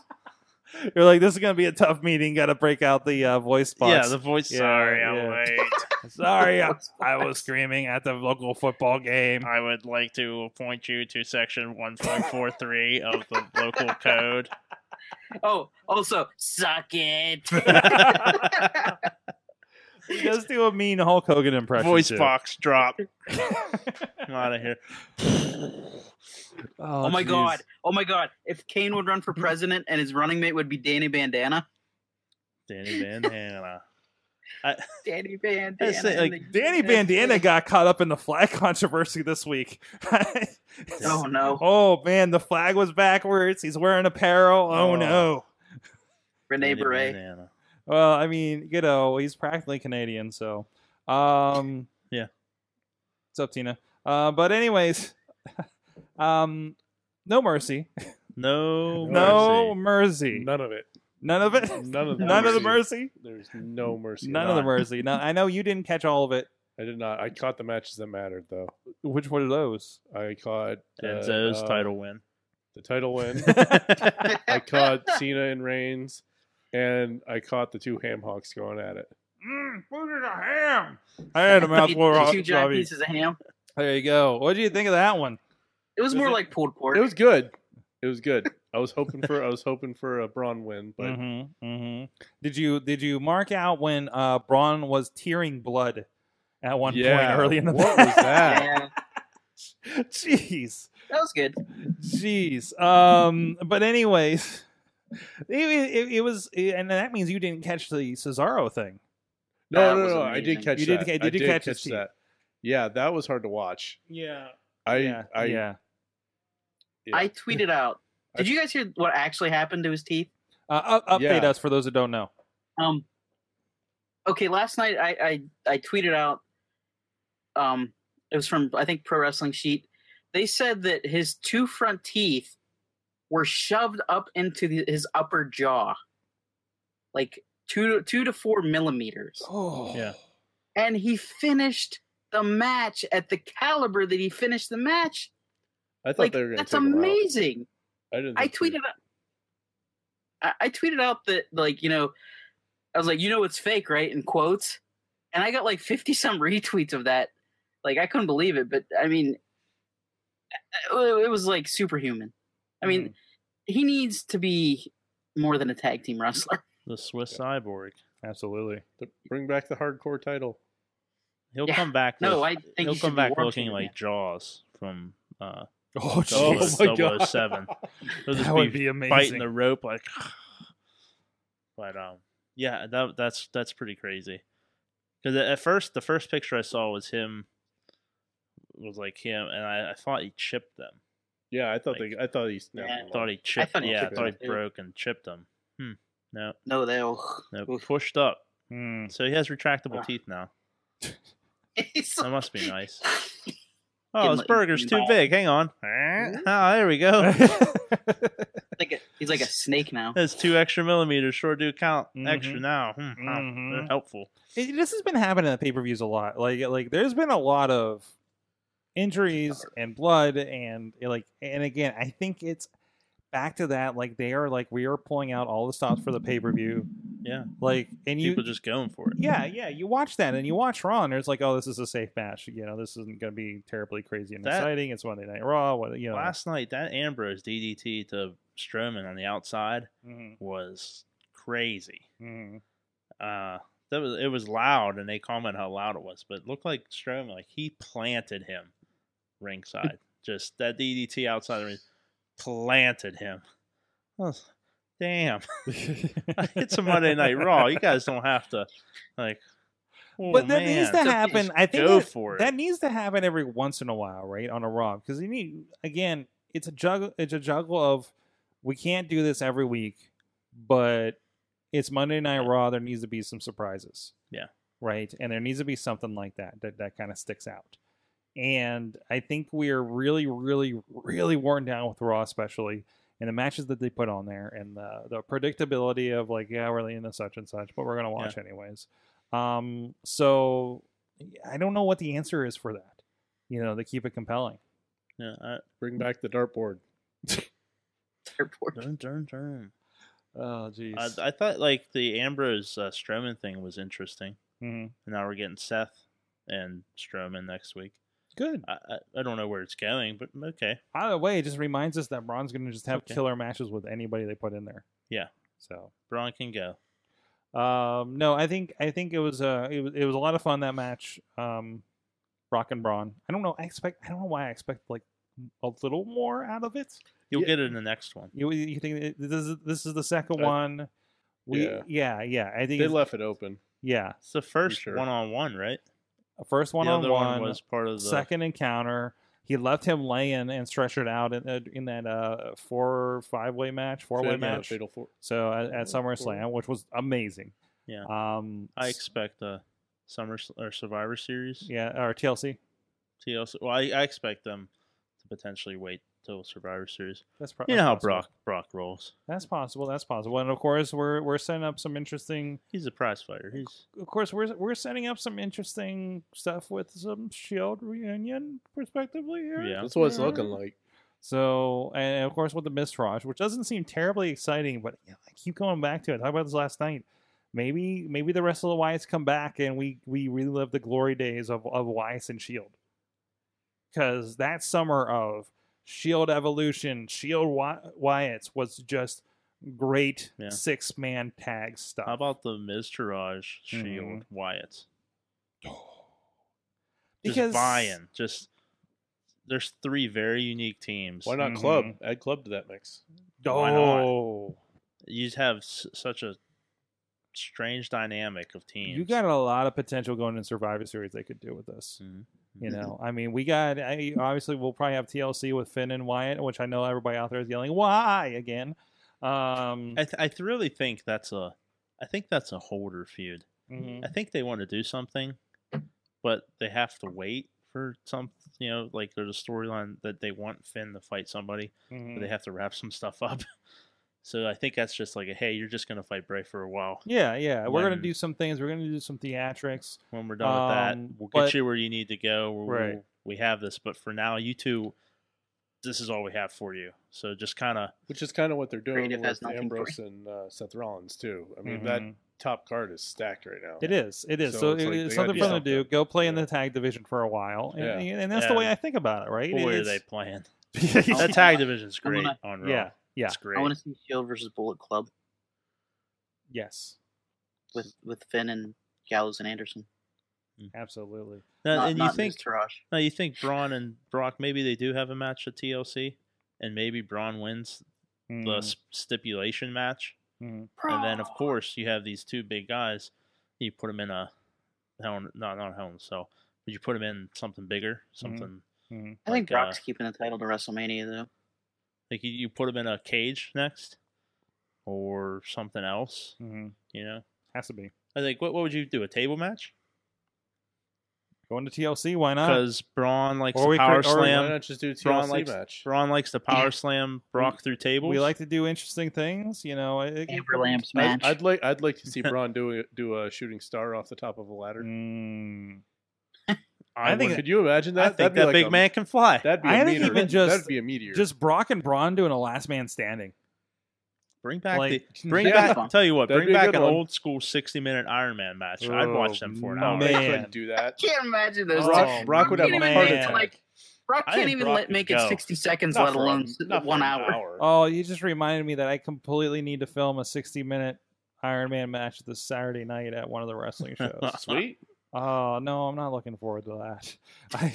A: You're like, this is gonna be a tough meeting. Got to break out the uh, voice
F: Yeah,
A: box. (laughs)
F: the voice.
A: Yeah,
F: Sorry,
A: yeah.
F: I'm
A: (laughs)
F: late.
A: Sorry, I,
D: Voice
A: I was screaming at the local football game.
F: I would like to appoint you to section 1.43 of the local
A: (laughs)
F: code. (laughs)
D: Oh, also, suck it.
A: Just do a mean Hulk Hogan impression.
F: Voice
A: too.
F: box
A: (laughs)
F: drop. I'm out of here.
D: Oh my
A: jeez.
D: god! Oh my god! If Kane would run for president and his running mate would be Danny Bandana,
F: Danny Van Hannah. I,
D: (laughs) Danny
F: I
D: Bandana,
F: say,
D: and
F: like,
D: they-
A: Danny
F: (laughs)
A: Bandana got caught up in the flag (laughs) controversy this week.
D: (laughs)
A: (laughs)
D: Oh no,
A: oh man, the flag was backwards. He's wearing apparel. Oh,
F: Oh.
A: no.
D: Rene
F: Danny
D: Beret.
F: Banana.
A: Well, I mean, you know, he's practically Canadian, so um
F: Yeah.
A: What's up, Tina? Uh, but anyways, (laughs) um no mercy.
F: No,
A: No
F: mercy.
A: mercy.
E: None of it.
A: None of it.
E: None of the
A: (laughs) None of the
E: mercy.
A: mercy.
E: There's no mercy.
A: None of the
F: None.
A: mercy. Now I know you didn't catch all of it.
E: I did not. I caught the matches that mattered though.
A: Which one of those?
E: I caught uh,
F: Enzo's
E: um,
F: title win.
E: the
A: (laughs)
E: title win. I caught Cena and Reigns, and I caught the two ham hocks going at it.
A: Mm, food is a ham. I had a mouthful. of
D: two
A: raw-
D: giant
A: raw meat.
D: pieces of ham.
A: There you go. What do you think of that one?
D: It was
E: Was
D: more
E: it-
D: like pulled pork.
E: It was good. It was good. I was hoping for I was hoping for a Braun win, but
A: mm-hmm, mm-hmm. Did you did you mark out when uh, Braun was tearing blood at one
E: Yeah,
A: point early in the (laughs)
E: what was that?
D: yeah,
A: Jeez,
D: that was good.
A: jeez. Um, but anyways, (laughs) it, it, it was, and that means you didn't catch the Cesaro thing.
E: no,
D: That
E: no,
D: was
E: no, I
D: amazing.
E: did catch
A: You did
E: that.
A: ca-
E: I
A: did you
E: did
A: catch
E: catch,
A: his teeth?
E: that. Yeah, that was hard to watch.
A: Yeah,
E: I
A: yeah,
E: I
A: yeah.
E: Yeah.
D: I tweeted out.
E: I-
D: Did you guys hear what actually happened to his teeth?
A: Uh, up, update
E: Yeah.
A: us for those that don't know.
D: Um. Okay, last night I I, I tweeted out. Um, it was from I think Pro Wrestling Sheet. They said that his two front teeth were shoved up into the, his upper jaw, like two two to four millimeters.
A: Oh,
F: Yeah.
D: and he finished the match at the caliber that he finished the match.
E: I thought
D: Like
E: they were going to
D: that's
E: take 'em out.
D: amazing.
E: I didn't.
D: I
E: think they-
D: tweeted out. I, I tweeted out that like you know, I was like you know it's fake right in quotes, and I got like fifty some (laughs) retweets of that. Like I couldn't believe it, but I mean, uh, it, it was like superhuman. I
F: Mm.
D: mean, he needs to be more than a tag team wrestler. (laughs)
F: The Swiss cyborg.
A: absolutely.
E: to bring back the hardcore title.
F: He'll
D: Yeah.
F: come back.
D: No,
F: with-
D: I think
F: he'll
D: he
F: come
D: should be
F: back
D: world
F: looking
D: champion.
F: like Jaws from uh,
A: (laughs) Oh,
F: Oh,
A: jeez.
F: my God. 007. He'll
A: (laughs)
F: just
A: that
F: be
A: would be amazing. (laughs)
F: biting the rope like. (sighs) but um, yeah, that that's that's pretty crazy. Because at first, the first picture I saw was him, was like him, and I, I thought he chipped them.
E: (laughs) Yeah, I thought
F: Like-
E: they. I thought he snapped.
D: Yeah.
E: them
F: I
E: all.
F: thought he chipped.
D: thought he
F: yeah,
E: chipped
F: I thought
D: them,
F: he
D: too.
F: broke and chipped them. Hmm. No,
D: No, they'll.
F: no,
D: Oof.
F: pushed up.
A: (laughs) Mm.
F: So he has retractable
D: Ah.
F: teeth
D: (laughs)
F: now.
D: (laughs) He's
F: That must be nice.
D: Give
F: Oh, his
D: him a-
F: burger's too
D: no.
F: big. Hang on.
D: Mm-hmm.
F: Oh, there we go.
D: (laughs)
A: (laughs) Mm-hmm.
D: like a, he's like a snake
F: (laughs)
D: now.
F: That's two extra millimeters. Sure do count extra
A: Mhm.
F: now. Hmm, wow,
A: Mhm.
F: they're helpful.
A: It- this has been happening at pay per views a lot. Like like there's been a lot of injuries and blood and eh, like and again I think it's back to that like they are like we are pulling out all the stops for the pay per view.
F: Yeah.
A: Like and you
F: People just going for it.
A: yeah yeah you watch that and you watch Raw and it's like oh this is a safe match you know this isn't going to be terribly crazy and
F: That-
A: exciting it's Monday Night Raw what you know
F: Last night, that Ambrose DDT to Strowman on the outside
A: Mhm,
F: was crazy.
A: (laughs) mhm.
F: Uh, that was it was loud, and they comment how loud it was. But it looked like Strowman, like he planted him ringside. just that DDT outside the ring planted him. I was- damn, (laughs) it's a Monday Night Raw. You guys don't have to like. oh,
A: But that needs
F: man.
A: to happen. I think
F: go
A: that-
F: for it.
A: that needs to happen every once in a while, right? On a Raw, because you need again, it's a juggle. It's a juggle of we can't do this every week, but it's Monday Night Raw. There needs to be some surprises.
F: Yeah.
A: Right, and there needs to be something like that that that kind of sticks out. And I think we are really, really, really worn down with Raw, especially and the matches that they put on there, and the the predictability of like, yeah, we're into such and such, but we're gonna watch anyways. Um, so I don't know what the answer is for that. You know, to keep it compelling.
F: yeah, I,
E: Bring back the dartboard.
D: Airport.
F: Dun, dun, dun.
A: Oh, jeez.
F: I, I thought like the Ambrose uh, Strowman thing was interesting.
A: hmm
F: And now we're getting Seth and Strowman next week.
A: Good.
F: I, I, I don't know where it's going, but okay.
A: Either way, it just reminds us that Braun's going to just have
F: Okay.
A: killer matches with anybody they put in there.
F: Yeah.
A: So,
F: Braun can go.
A: um, no, I think I think it was uh, it was it was a lot of fun that match. Um, Rock and Braun. I don't know. I expect. I don't know why I expect like a little more out of it.
F: You'll
E: Yeah.
F: get it in the next one.
A: You you think it- this is this is the second
E: I-
A: one? We yeah
E: Yeah.
A: yeah, I think
E: They
A: it's-
E: left it open.
A: yeah
F: It's the first
E: sure?
F: one on one, right?
A: first one
F: the
A: on
F: other
A: one
F: was part of the
A: second encounter. He left him laying and stretchered out in, uh, in that uh, four five way match, four way
E: Fatal-
A: match.
E: Fatal four.
A: So at, at
E: Four-
A: SummerSlam, which was amazing.
F: Yeah.
A: Um.
F: I
A: s-
F: expect a Summer or Survivor Series.
A: yeah. Or TLC.
F: TLC. Well, I, I expect them to to potentially wait till Survivor Series.
A: That's probably
F: You know how Brock Brock rolls.
A: That's possible. That's possible. And of course, we're we're setting up some interesting.
F: He's a prize fighter. He's
A: Of course, we're we're setting up some interesting stuff with some Shield reunion, prospectively. Here.
F: Yeah.
E: That's what it's looking
D: Mm-hmm.
E: like.
A: So, and of course, with the Mistrage, which doesn't seem terribly exciting, but I keep going back to it. I talked about this last night. Maybe, maybe the rest of the Wyatts come back and we we relive the glory days of of Wyatts and Shield, because that summer of Shield E Evolution, Shield E Wy- Wyatts was just great
F: Yeah.
A: six man tag stuff.
F: how about the Miztourage Shield Wyatt? Just
A: because
F: buy-in. Just there's three very unique teams.
E: Why not
A: Mhm.
E: club? Add club to that mix.
F: Why not?
A: Oh,
F: You just have s- such a strange dynamic of teams.
A: you got a lot of potential going in Survivor Series. They could do with this.
F: Mhm.
A: You know, I mean, we got I, obviously we'll probably have TLC with Finn and Wyatt, which I know everybody out there is yelling why again. Um,
F: I, th- I th- really think that's a. I think that's a holder feud.
A: mhm.
F: I think they want to do something, but they have to wait for some. You know, like there's a storyline that they want Finn to fight somebody,
A: mm-hmm.
F: but
A: Mm.
F: they have to wrap (laughs) some stuff up. so I think that's just like a hey, you're just gonna fight Bray for a while.
A: yeah, yeah, we're gonna
F: When-
A: do some things. We're gonna do some theatrics.
F: When we're done with that,
A: Um,
F: we'll
A: but-
F: get you where you need to go. We'll,
A: Right.
F: we'll- we have this, but for now, you two, this is all we have for you. So just kind of
E: Which is kind of what they're doing
D: Creative has
E: with
D: nothing for
E: Ambrose and uh, Seth Rollins too. I mean, that
F: Mm-hmm.
A: Mhm.
E: top card is stacked right now.
A: it is, it is.
E: So
A: So,
E: it's
A: it-
E: like
A: it's
E: they gotta
A: something
E: do
A: for them to do.
E: something.
A: Go play in
E: Yeah.
A: the tag division for a while, and,
E: Yeah.
A: and that's the
F: Yeah.
A: way I think about it, right?
F: boy,
A: It (laughs)
F: are (laughs) they
A: is-
F: playing?
D: Oh,
F: That tag division's
D: I'm
F: great
D: gonna-
F: on Raw.
A: yeah, yeah,
F: it's great.
D: I want to see Shield versus Bullet Club
A: yes,
D: with with Finn and Gallows and Anderson.
A: absolutely.
F: Now,
D: Not-
F: Uh, and you
D: not
F: think
D: Miztourage.
F: now you think Braun and Brock maybe they do have a match at TLC, and maybe Braun wins
A: Mm.
F: the s- stipulation match,
A: Mhm.
F: and then of course you have these two big guys. You put them in a hell, in- not not hell in a cell, but you put them in something bigger,
E: Mm-hmm.
F: something.
A: Mhm.
D: I think
F: like, uh,
D: Brock's keeping the title to WrestleMania though.
F: Like you, you put him in a cage next, or something else.
A: Mhm.
F: You know,
A: Has to be
F: I think what what would you do? A table match?
A: going to TLC. Why not?
F: Because Braun likes
A: Or
F: the
A: we could-
F: power
A: or
E: Or why
F: slam.
E: not just do a TLC
F: Braun likes-
E: match?
F: Braun likes the
E: (clears throat)
F: power slam Brock through tables.
A: We like to do interesting things, you know. it- it-
D: Amber Lamb
E: I'd,
D: smash.
E: I'd like I'd like
F: (laughs)
E: to see Braun do a, do a shooting star off the top of a ladder.
D: (laughs)
A: Mm.
F: I,
A: I think-
F: would-
E: Could you imagine that?
F: I think
E: That'd be
F: that
E: like
F: big
E: a-
F: man can fly.
E: That'd be
A: I
E: a
A: think
E: meteor.
A: even just-
E: that'd be a meteor.
A: Just Brock and Braun doing a last man standing.
F: bring back
A: like-
E: (laughs)
F: the bring
E: Yeah.
F: back. Tell you what,
E: That'd be
F: bring
E: a
F: back
E: good
F: an
E: one.
F: old school sixty minute Iron Man match. I'd watch them for an
A: Oh,
E: no,
F: hour.
E: they
A: man.
E: couldn't do that.
D: can't imagine those.
E: Brock,
A: Oh,
E: Brock would have
A: man.
E: a heart
A: Even
E: attack.
D: like- Brock
F: I
D: can't
F: think
D: even
F: Brock
D: let,
F: could
D: make
F: go.
D: it sixty seconds,
E: Not
D: let
E: for
D: alone
E: a-
D: s-
E: not for
D: one
E: an
D: hour.
A: Oh, you just reminded me that I completely need to film a 60 minute Iron Man match this Saturday night at one of the
E: (laughs)
A: wrestling shows.
E: Sweet.
A: oh, no, I'm not looking forward to that. (laughs) I,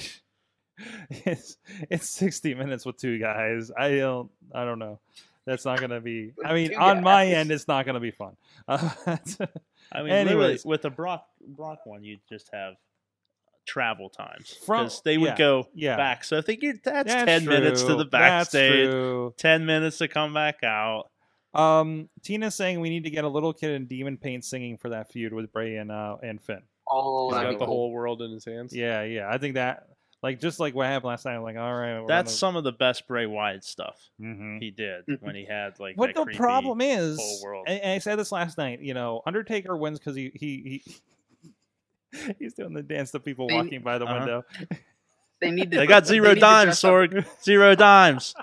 A: it's it's 60 minutes with two guys. I don't I don't know. That's not going to be I mean,
D: two
A: on my
D: guys.
A: end it's not going to be fun. (laughs) Uh,
F: I mean, literally,
A: Anyways.
F: with the Brock Brock one, you just have travel times
A: From-
F: because they would
A: yeah,
F: go
A: yeah.
F: back. So I think you're, that's, ten minutes to
A: true.
F: the
A: That's
F: backstage,
A: true.
F: ten minutes to come back out.
A: Um, Tina's saying we need to get a little kid in demon paint singing for that feud with Bray and uh, and Finn.
D: Oh,
E: He's
D: that'd
E: got
D: be
E: the
D: cool.
E: whole world in his hands.
A: Yeah, yeah. I think that like just like what happened last night. I'm like, all right, we're
F: That's
A: gonna-
F: some of the best Bray Wyatt stuff
A: Mhm.
F: he did
D: Mhm.
F: when he had like
A: What
F: that
A: the
F: creepy-
A: problem is,
F: whole world.
A: and, and I said this last night. You know, Undertaker wins because he he. he (laughs) He's doing the dance to people
D: They-
A: walking by the
F: Uh-huh.
A: window.
D: (laughs) They need to.
F: They got zero
D: need to
F: dimes,
D: dress up.
F: Sorg.
D: (laughs)
F: Zero dimes.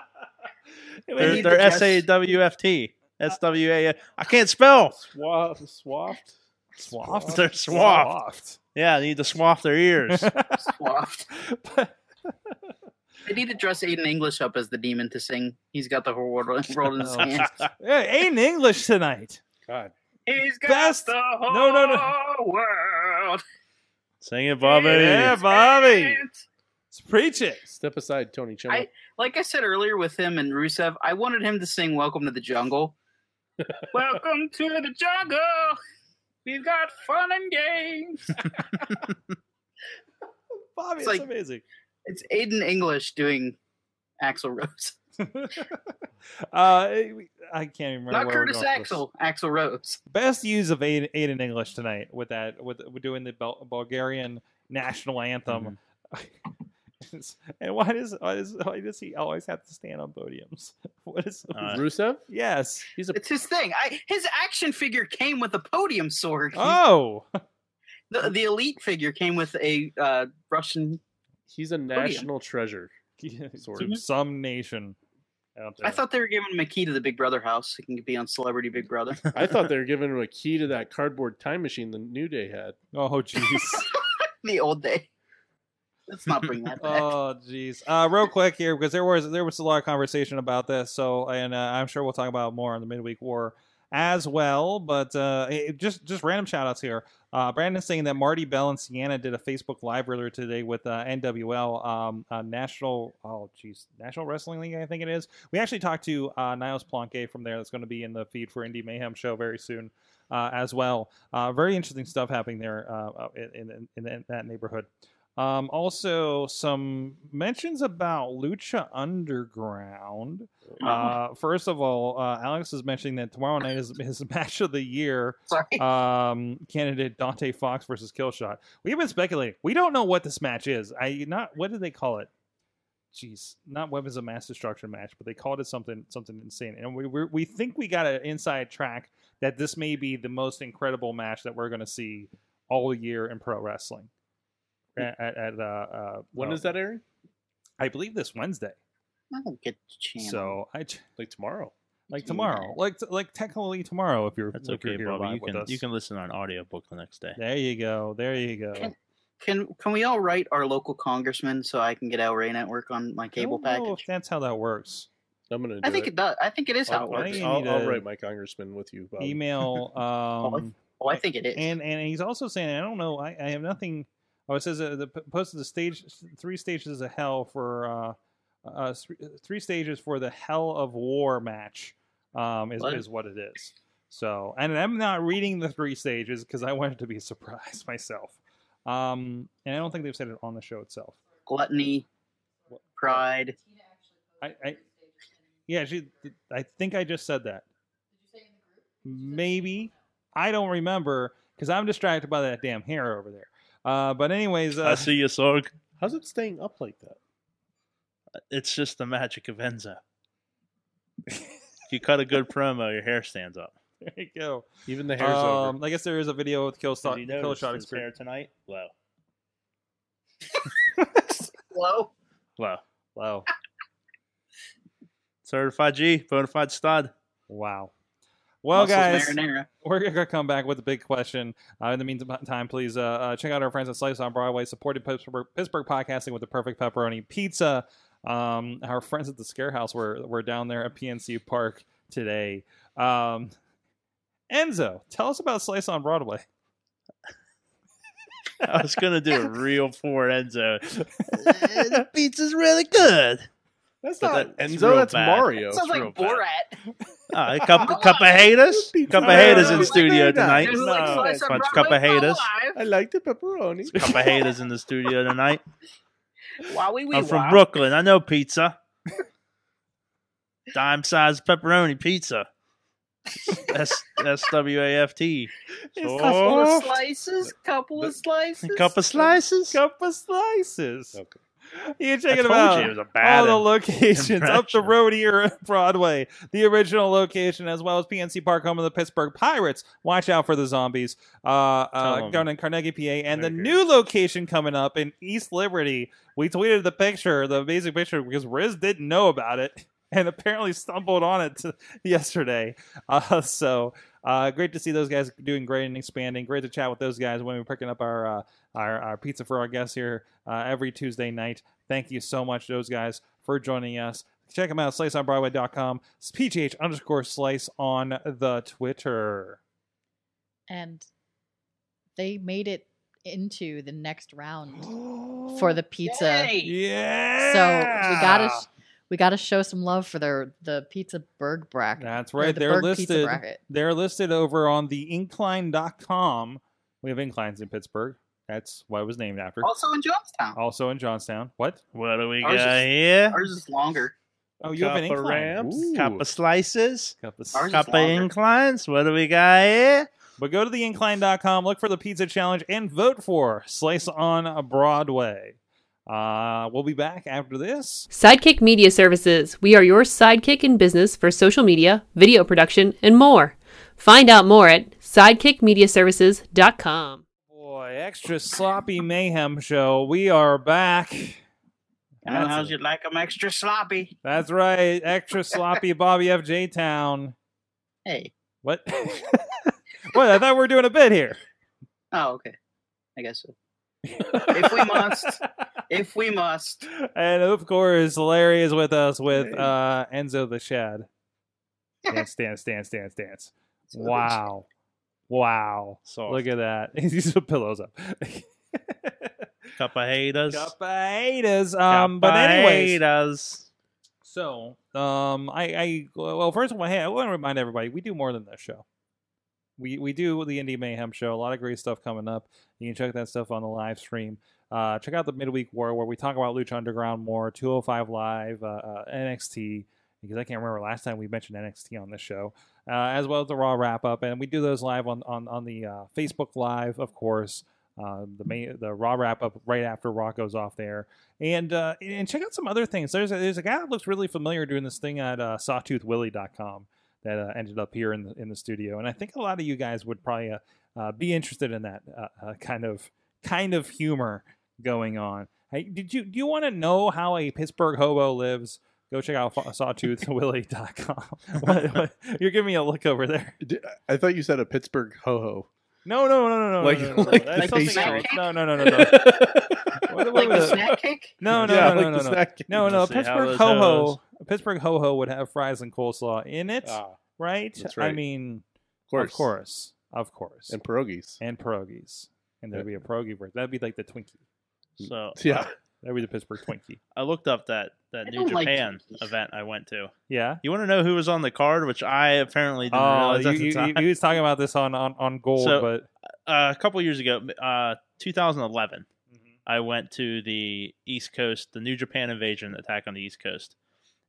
D: need
F: They're,
D: to
F: they're
D: dress-
F: S A W F T. S W A. I can't spell.
E: Swap, swapped.
A: Swaft.
F: They're swapped. Yeah, they need to swap
D: (laughs)
F: their ears. (laughs)
D: Swaft.
A: But-
D: They need to dress Aiden English up as the demon to sing. He's got the whole world, world
F: (laughs)
D: in his
A: Oh.
D: hands.
A: hey, ain't English tonight.
E: God,
D: He's got
A: Best-
D: the whole
A: no, no, no.
D: world.
F: Sing it, Bobby.
A: Yeah, Bobby.
D: hands.
A: Preach it.
E: step aside, Tony Chimney.
D: Like I said earlier with him and Rusev, I wanted him to sing "Welcome to
A: (laughs)
D: the Jungle." Welcome to the jungle. We've got fun and games.
A: Bobby, it's
D: It's like-
A: amazing.
D: It's Aiden English doing Axel Rose,
A: (laughs) uh, we- I can't even remember. where
D: not
A: we're
D: Curtis
A: going with this.
D: Axel. Axel Rose.
A: Best use of Aiden, Aiden English tonight with that with, with doing the Bul- Bulgarian national anthem. (laughs) and why does why does why does he always have to stand on podiums? (laughs) What is
F: Uh,
E: Rusev?
A: (laughs) yes?
E: He's a
D: It's his thing. I, his action figure came with a podium sword.
A: Oh, (laughs)
D: The, the elite figure came with a uh, Russian.
E: he's a national treasure.
A: sort of some nation out there.
D: I thought they were giving him a key to the Big Brother house. He can be on Celebrity
A: (laughs)
D: Big Brother.
E: I thought they were giving him a key to that cardboard time machine the New Day had.
A: oh, jeez.
D: the old day. Let's not
A: (laughs)
D: bring that back.
A: Oh jeez. Uh, real quick here because there was there was a lot of conversation about this. So and uh, I'm sure we'll talk about it more in the midweek war as well. But uh, it- just just random shout outs here. Uh, Brandon's saying that Marty Bell and Sienna did a Facebook live earlier today with uh, NWL um, uh, National oh jeez National Wrestling League I think it is. We actually talked to uh, Niles Planquet from there. That's going to be in the feed for Indie Mayhem show very soon uh, as well. Uh, very interesting stuff happening there uh, uh, in, in, in, in that neighborhood. Um, also, some mentions about Lucha Underground.
D: (laughs)
A: Uh, first of all, uh, Alex is mentioning that tomorrow night is his (laughs) match of the year
D: Sorry.
A: um, candidate Dante Fox versus Killshot. We've been speculating. We don't know what this match is. I not what did they call it? Jeez, not weapons of mass destruction match, but they called it something something insane. And we we we think we got an inside track that this may be the most incredible match that we're going to see all year in pro wrestling. At, at, at uh, uh,
E: When is that airing?
A: I believe this Wednesday.
D: I don't get the channel.
A: So I ch-
E: Like tomorrow.
A: like tomorrow, like like technically tomorrow if you're
F: That's
A: if
F: okay,
A: you're here live
F: Bobby. You
A: with
F: can
A: us.
F: you can listen on audiobook the next day.
A: There you go. There you go.
D: Can- Can can we all write our local congressman so I can get El Rey Network on my cable
A: I don't know
D: package?
A: if that's how that works.
E: I'm gonna. Do
D: I think it does. I think it is how
E: I'll,
D: it
E: I'll-
D: works.
A: you
E: I'll-
A: need
E: I'll
A: a-
E: write my congressman with you. Bob.
F: (laughs)
A: Email. Um,
D: Oh, I think it is.
A: and and he's also saying I don't know. I, I have nothing. Oh, it says uh, the p- posted the stage three stages of hell for uh, uh three, three stages for the hell of war match. Um, is
D: What?
A: is what it is. So, and I'm not reading the three stages because I wanted to be a surprise (laughs) myself. Um, and I don't think they've said it on the show itself.
D: Gluttony, pride.
A: I, I yeah, she, I think I just said that. Maybe I don't remember because I'm distracted by that damn hair over there. Uh, but anyways, uh,
F: I see you, Sorg.
E: How's it staying up like that?
F: It's just the magic of Enzo. if you cut a good promo, your hair stands up.
A: (laughs) there you go.
E: Even the hair's over.
A: Um, I guess there is a video with kill shot,
F: Did you
A: kill
F: notice
A: shot
F: his hair
A: experience.
F: tonight? Low,
D: Hello?
F: low.
A: Wow,
F: (laughs) Certified G, bona fide stud.
A: wow. Well,
D: Muscles
A: guys,
D: Marinara.
A: we're gonna come back with the big question. Uh, in the meantime, please uh, uh, check out our friends at Slice on Broadway, supporting Pittsburgh, Pittsburgh podcasting with the perfect pepperoni pizza. Um, our friends at the Scare House were were down there at PNC Park today. Um, Enzo, tell us about Slice on Broadway. (laughs)
F: I was gonna do a real (laughs) poor Enzo. Uh, the pizza's really good.
E: That's
F: but
E: not
F: that- it's
E: Enzo.
F: real
E: That's
F: bad.
E: Mario.
D: Sounds like
F: real bad.
D: Borat.
F: Uh, a cup, a cup of (laughs) haters, cup of
E: No,
F: haters
E: no,
F: in
E: no,
F: studio
E: no, no.
F: tonight.
D: There's
E: No.
D: like slice on
F: Bunch of
D: Broadway
F: cup of haters.
D: for
E: I like the pepperoni. (laughs)
F: Cup of haters in the studio tonight.
D: life. Wowie wee
F: I'm from
D: wow.
F: Brooklyn. I know pizza. Dime sized pepperoni pizza. S S W A F T.
D: Couple of
F: Soft.
D: slices. Couple of
F: A
D: slices.
F: cup of slices.
A: Cup of slices.
E: Okay.
A: You
F: I
A: check
F: told
A: it
F: you it
A: out.
F: was a
A: All
F: bad.
A: the
F: one.
A: locations up the
F: impression.
A: road here at Broadway, the original location, as well as PNC Park, home of the Pittsburgh Pirates. Watch out for the zombies. Uh,
F: Tell
A: uh,
F: 'em.
A: down in Carnegie, PA, and the
F: Okay.
A: new location coming up in East Liberty. We tweeted the picture, the amazing picture, because Riz didn't know about it (laughs) and apparently stumbled on it t- yesterday. (laughs) Uh, so uh, great to see those guys doing great and expanding. Great to chat with those guys when we're picking up our uh, our, our pizza for our guests here uh, every Tuesday night. Thank you so much, those guys, for joining us. Check them out, sliceonbroadway.com, It's pgh underscore slice on the Twitter.
G: and they made it into the next round for the pizza.
D: Yay!
A: Yeah.
G: So we gotta sh- we gotta show some love for their the pizza burg bracket.
A: That's
G: or
A: right.
G: the
A: They're
G: Berg Pizza
A: listed.
G: bracket.
A: They're listed over on the incline.com. We have inclines in Pittsburgh. That's what it was named after.
D: Also in Johnstown.
A: Also in Johnstown. What?
F: What do we
D: Ours
F: got
D: is-
F: here?
D: Ours is longer.
A: Oh, you have an
E: Cup of
A: incline.
E: ramps.
A: Ooh.
F: Cup of slices.
A: Cup of-
D: Ours is
F: Cup of
D: longer.
F: inclines. What do we got here?
A: But go to the incline.com, look for the pizza challenge, and vote for Slice on Broadway. Uh, we'll be back after this.
H: Sidekick Media Services. We are your sidekick in business for social media, video production, and more. Find out more at sidekickmediaservices.com.
A: Boy, extra sloppy mayhem show. We are back.
D: Alan,
A: That's
D: how'd
A: it.
D: you like 'em extra sloppy?
A: That's right, extra sloppy Bobby FJ Town.
D: Hey.
A: What? (laughs) what? I thought we were doing a bit here.
D: Oh, okay. I guess so. If we must. If we must.
A: (laughs) and of course, Larry is with us with uh, Enzo the Shad.
D: (laughs)
A: Dance, dance, dance, dance, dance. Wow, wow!
F: So
A: Look at that. (laughs) He's put pillows up.
F: cup of haters.
A: Cup of haters. Um, but anyways,
F: Haters.
A: So, um, I, I well, first of all, hey, I want to remind everybody we do more than this show. We we do the Indie Mayhem show. A lot of great stuff coming up. You can check that stuff on the live stream. Uh, check out the Midweek War where we talk about Lucha Underground more, 205 Live, uh, uh, NXT, because I can't remember last time we mentioned NXT on this show, uh, as well as the Raw wrap up. And we do those live on on on the uh, Facebook Live, of course. Uh, the main, the Raw wrap up right after Raw goes off there and uh, and check out some other things. There's a, there's a guy that looks really familiar doing this thing at uh, sawtoothwilly.com that uh, ended up here in the, in the studio, and I think a lot of you guys would probably uh, uh, be interested in that uh, uh, kind of kind of humor going on. Hey, did you do you want to know how a Pittsburgh hobo lives? Go check out fa- sawtoothwilly.com. (laughs) what, what, you're giving me a look over there.
E: D- I thought you said a Pittsburgh ho ho.
A: No, no, no, no, no,
E: Like-
A: no, no, no, no.
E: like
A: That's
E: the
A: something
D: pastry.
A: else. No, no, no, no, no.
E: (laughs)
A: What-
D: Like the (laughs)
A: what-
D: snack cake?
A: No, no,
E: Yeah,
A: no, no,
E: like
A: no,
E: the
A: no.
E: snack cake.
A: No, no,
F: Let's see, how
A: Pittsburgh
F: is
A: ho
F: those?
A: ho. Pittsburgh ho ho would have fries and coleslaw in it,
E: Ah, of
A: right?
E: that's
A: I
E: right.
A: mean,
E: course.
A: of course, of course, and,
E: And pierogies.
A: pierogies, and there'd be a pierogi version. That'd be like the Twinkie.
F: So
E: (laughs) Yeah.
A: That'd be the Pittsburgh Twinkie.
F: (laughs) I looked up that that
D: I
F: New
D: don't like
F: Japan
D: Twinkies.
F: event I went to.
A: Yeah.
F: You want to know who was on the card, which I apparently didn't
A: Oh,
F: realize
A: you,
F: at the
A: you,
F: time. (laughs)
A: you, you was talking about this on on on gold,
F: So-
A: but
F: uh, a couple years ago, uh, 2011,
A: Mm-hmm.
F: I went to the East Coast, the New Japan Invasion attack on the East Coast,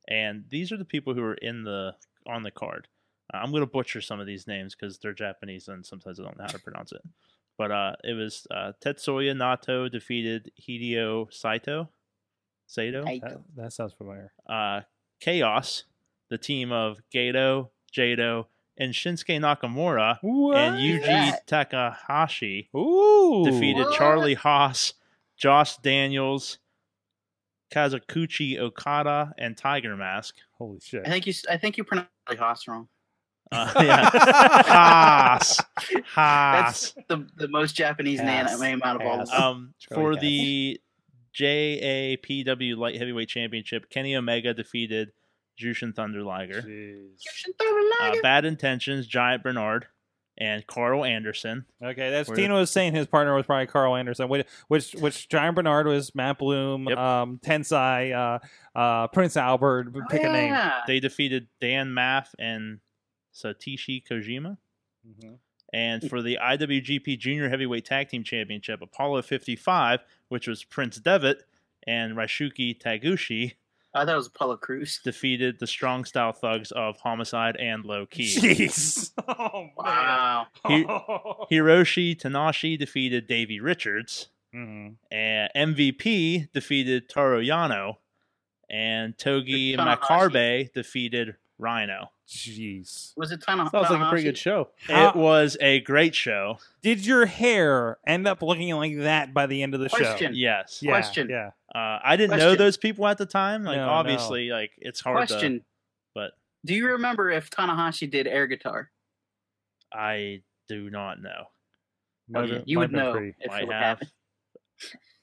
F: and these are the people who are in the on the card. Uh, I'm going to butcher some of these names because they're Japanese and sometimes I don't know how to pronounce it. But uh, it was uh, Tetsuya Nato defeated Hideo Saito, Sato,
D: I
A: that, that sounds familiar.
F: uh, Chaos, the team of Gato, Jado, and Shinsuke Nakamura
A: What?
F: and Yuji
D: that?
F: Takahashi
A: Ooh.
F: defeated
D: What?
F: Charlie Haas, Josh Daniels, Kazukuchi Okada, and Tiger Mask.
A: Holy shit.
D: I think you. s- I think you pronounced Haas wrong.
A: (laughs)
F: Uh, (laughs) yeah. Ah. Haas. Haas.
D: That's the, the most Japanese
A: Haas.
D: name out of all of
A: Haas.
D: them.
F: Um, for the JAPW Light Heavyweight Championship, Kenny Omega defeated Jushin Thunder Liger.
A: Jeez.
D: You should throw the
F: Uh,
D: leg.
F: Bad Intentions, Giant Bernard, and Carl Anderson.
A: Okay, that's
F: Where-
A: Tino was saying his partner was probably Carl Anderson, which which, which Giant Bernard was Matt Bloom,
F: Yep.
A: um, Tensai, uh, uh, Prince Albert.
D: Oh,
A: Pick a name.
D: yeah.
F: They defeated Dan Maff and Satoshi Kojima. And for the IWGP Junior Heavyweight Tag Team Championship, Apollo 55, which was Prince Devitt and Raishuki Taguchi,
D: I thought it was Apollo Cruz.
F: defeated the Strong Style Thugs of Homicide and
A: (laughs)
F: Low Key.
D: (laughs)
A: Jeez. Oh man.
D: Wow.
F: He-
A: (laughs)
F: Hiroshi Tanashi defeated Davey Richards.
A: Mhm.
F: And MVP defeated Taro Yano. And Togi
D: Tanahashi.
F: Makabe defeated Rhino.
A: Jeez.
D: Was it Tana?
E: Sounds like a pretty good
D: Tanahashi?
E: show.
A: How-
F: It was a great show.
A: Did your hair end up looking like that by the end of the
D: Question.
F: Yes.
A: show?
D: Question.
A: Yeah.
F: Uh, I didn't know
D: Question.
F: those people at the time. Like
A: No, no.
F: obviously, like it's hard
D: Question.
F: to. but-
D: do you remember if Tanahashi did air guitar?
F: I do not know.
A: Might
D: Okay,
A: have-
D: you
A: might
D: would
A: have been
D: know
A: pretty.
D: if
F: Might
D: it would
F: have.
D: happen.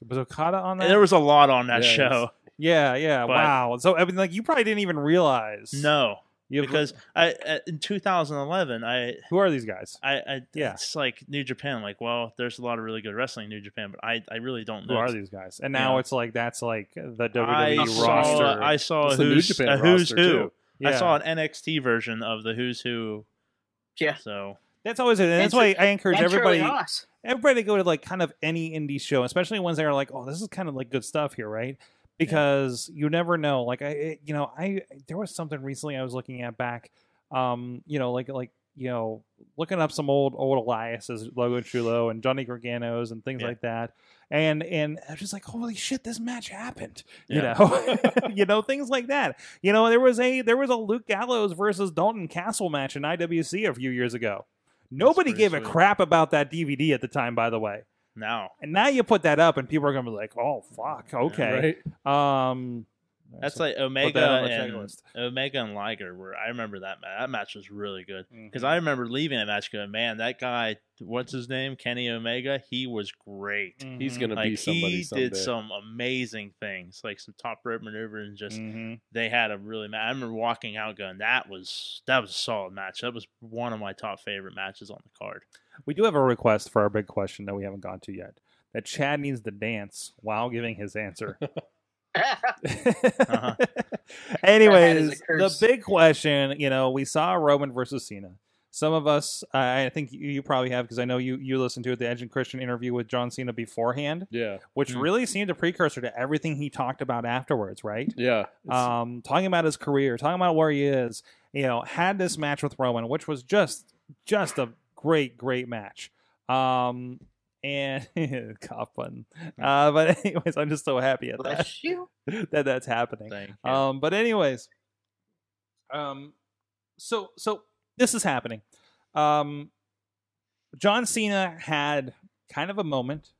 A: Was Okada on that?
F: There was a lot on that
E: Yeah,
F: show.
A: yeah, yeah.
F: But-
A: wow. So I mean, like, you probably didn't even realize.
F: No,
A: You have-
F: because I uh, in 2011, I,
A: who are these guys?
F: I, I
A: Yeah.
F: it's like New Japan. Like, well, there's a lot of really good wrestling in New Japan, but I, I really don't
A: Who
F: know.
A: are these guys? And now
F: Yeah.
A: it's like that's like the
F: I
A: WWE
F: saw,
A: E roster.
F: I saw
E: It's
F: a
E: the New
F: who's,
E: Japan
F: a who's
E: roster,
F: who.
E: too.
A: yeah.
F: I saw an NXT version of the who's who.
D: Yeah.
F: So
A: That's always it. And that's
D: And
A: why I encourage
D: And
A: everybody,
D: Charlie (laughs) Haas.
A: everybody to go to like kind of any indie show, especially ones that are like, oh, this is kind of like good stuff here, right? Because you never know. Like I, it- you know, I there was something recently I was looking at back, um, you know, like like you know, looking up some old old Elias's Logo Chulo and Johnny Gargano's and things
F: Yeah.
A: like that. And and I was just like, holy shit, this match happened.
F: Yeah.
A: You know, (laughs) you know things like that. You know, there was a there was a Luke Gallows versus Dalton Castle match in IWC a few years ago. Nobody
F: pretty
A: gave a
F: sweet.
A: crap about that DVD at the time, by the way.
F: (laughs) Now
A: And now you put that up, and people are gonna be like, oh fuck, okay.
E: Right?
A: Um,
F: that's
A: so- (laughs)
F: like
A: that
F: Omega
A: on the
F: and
A: checklist.
F: Omega and Liger. Where I remember that match. That match was really good
A: mm-hmm.
F: because I remember leaving a match going, man, that guy, what's his name, Kenny Omega, he was great.
E: He's
A: Mm,
E: gonna be
F: Like
E: somebody
F: he
E: someday.
F: did some amazing things, like some top rope maneuvers, and just
E: Mm.
A: Mhm.
F: they had a really. Ma- I remember walking out going, "That was that was a solid match. That was one of my top favorite matches on the card."
A: We do have a request for our big question that we haven't gone to yet. That Chad needs to dance while giving his answer. (laughs) Anyways, the
D: curse.
A: big question, you know, we saw Roman versus Cena. Some of us, I I think you, you probably have, because I know you you listened to the Edge and Christian interview with John Cena beforehand,
E: Yeah,
A: which
F: Hmm.
A: really seemed a precursor to everything he talked about afterwards, right?
E: yeah. It's-
A: um, talking about his career, talking about where he is. You know, had this match with Roman, which was just just a great, great match. Um, and (laughs) cough button. Uh, but (laughs) anyways, I'm just so happy at that
D: Bless you.
A: that (laughs) that's happening.
F: Thank you. Oh,
A: Um, but anyways, um, so so this is happening. Um, John Cena had kind of a moment,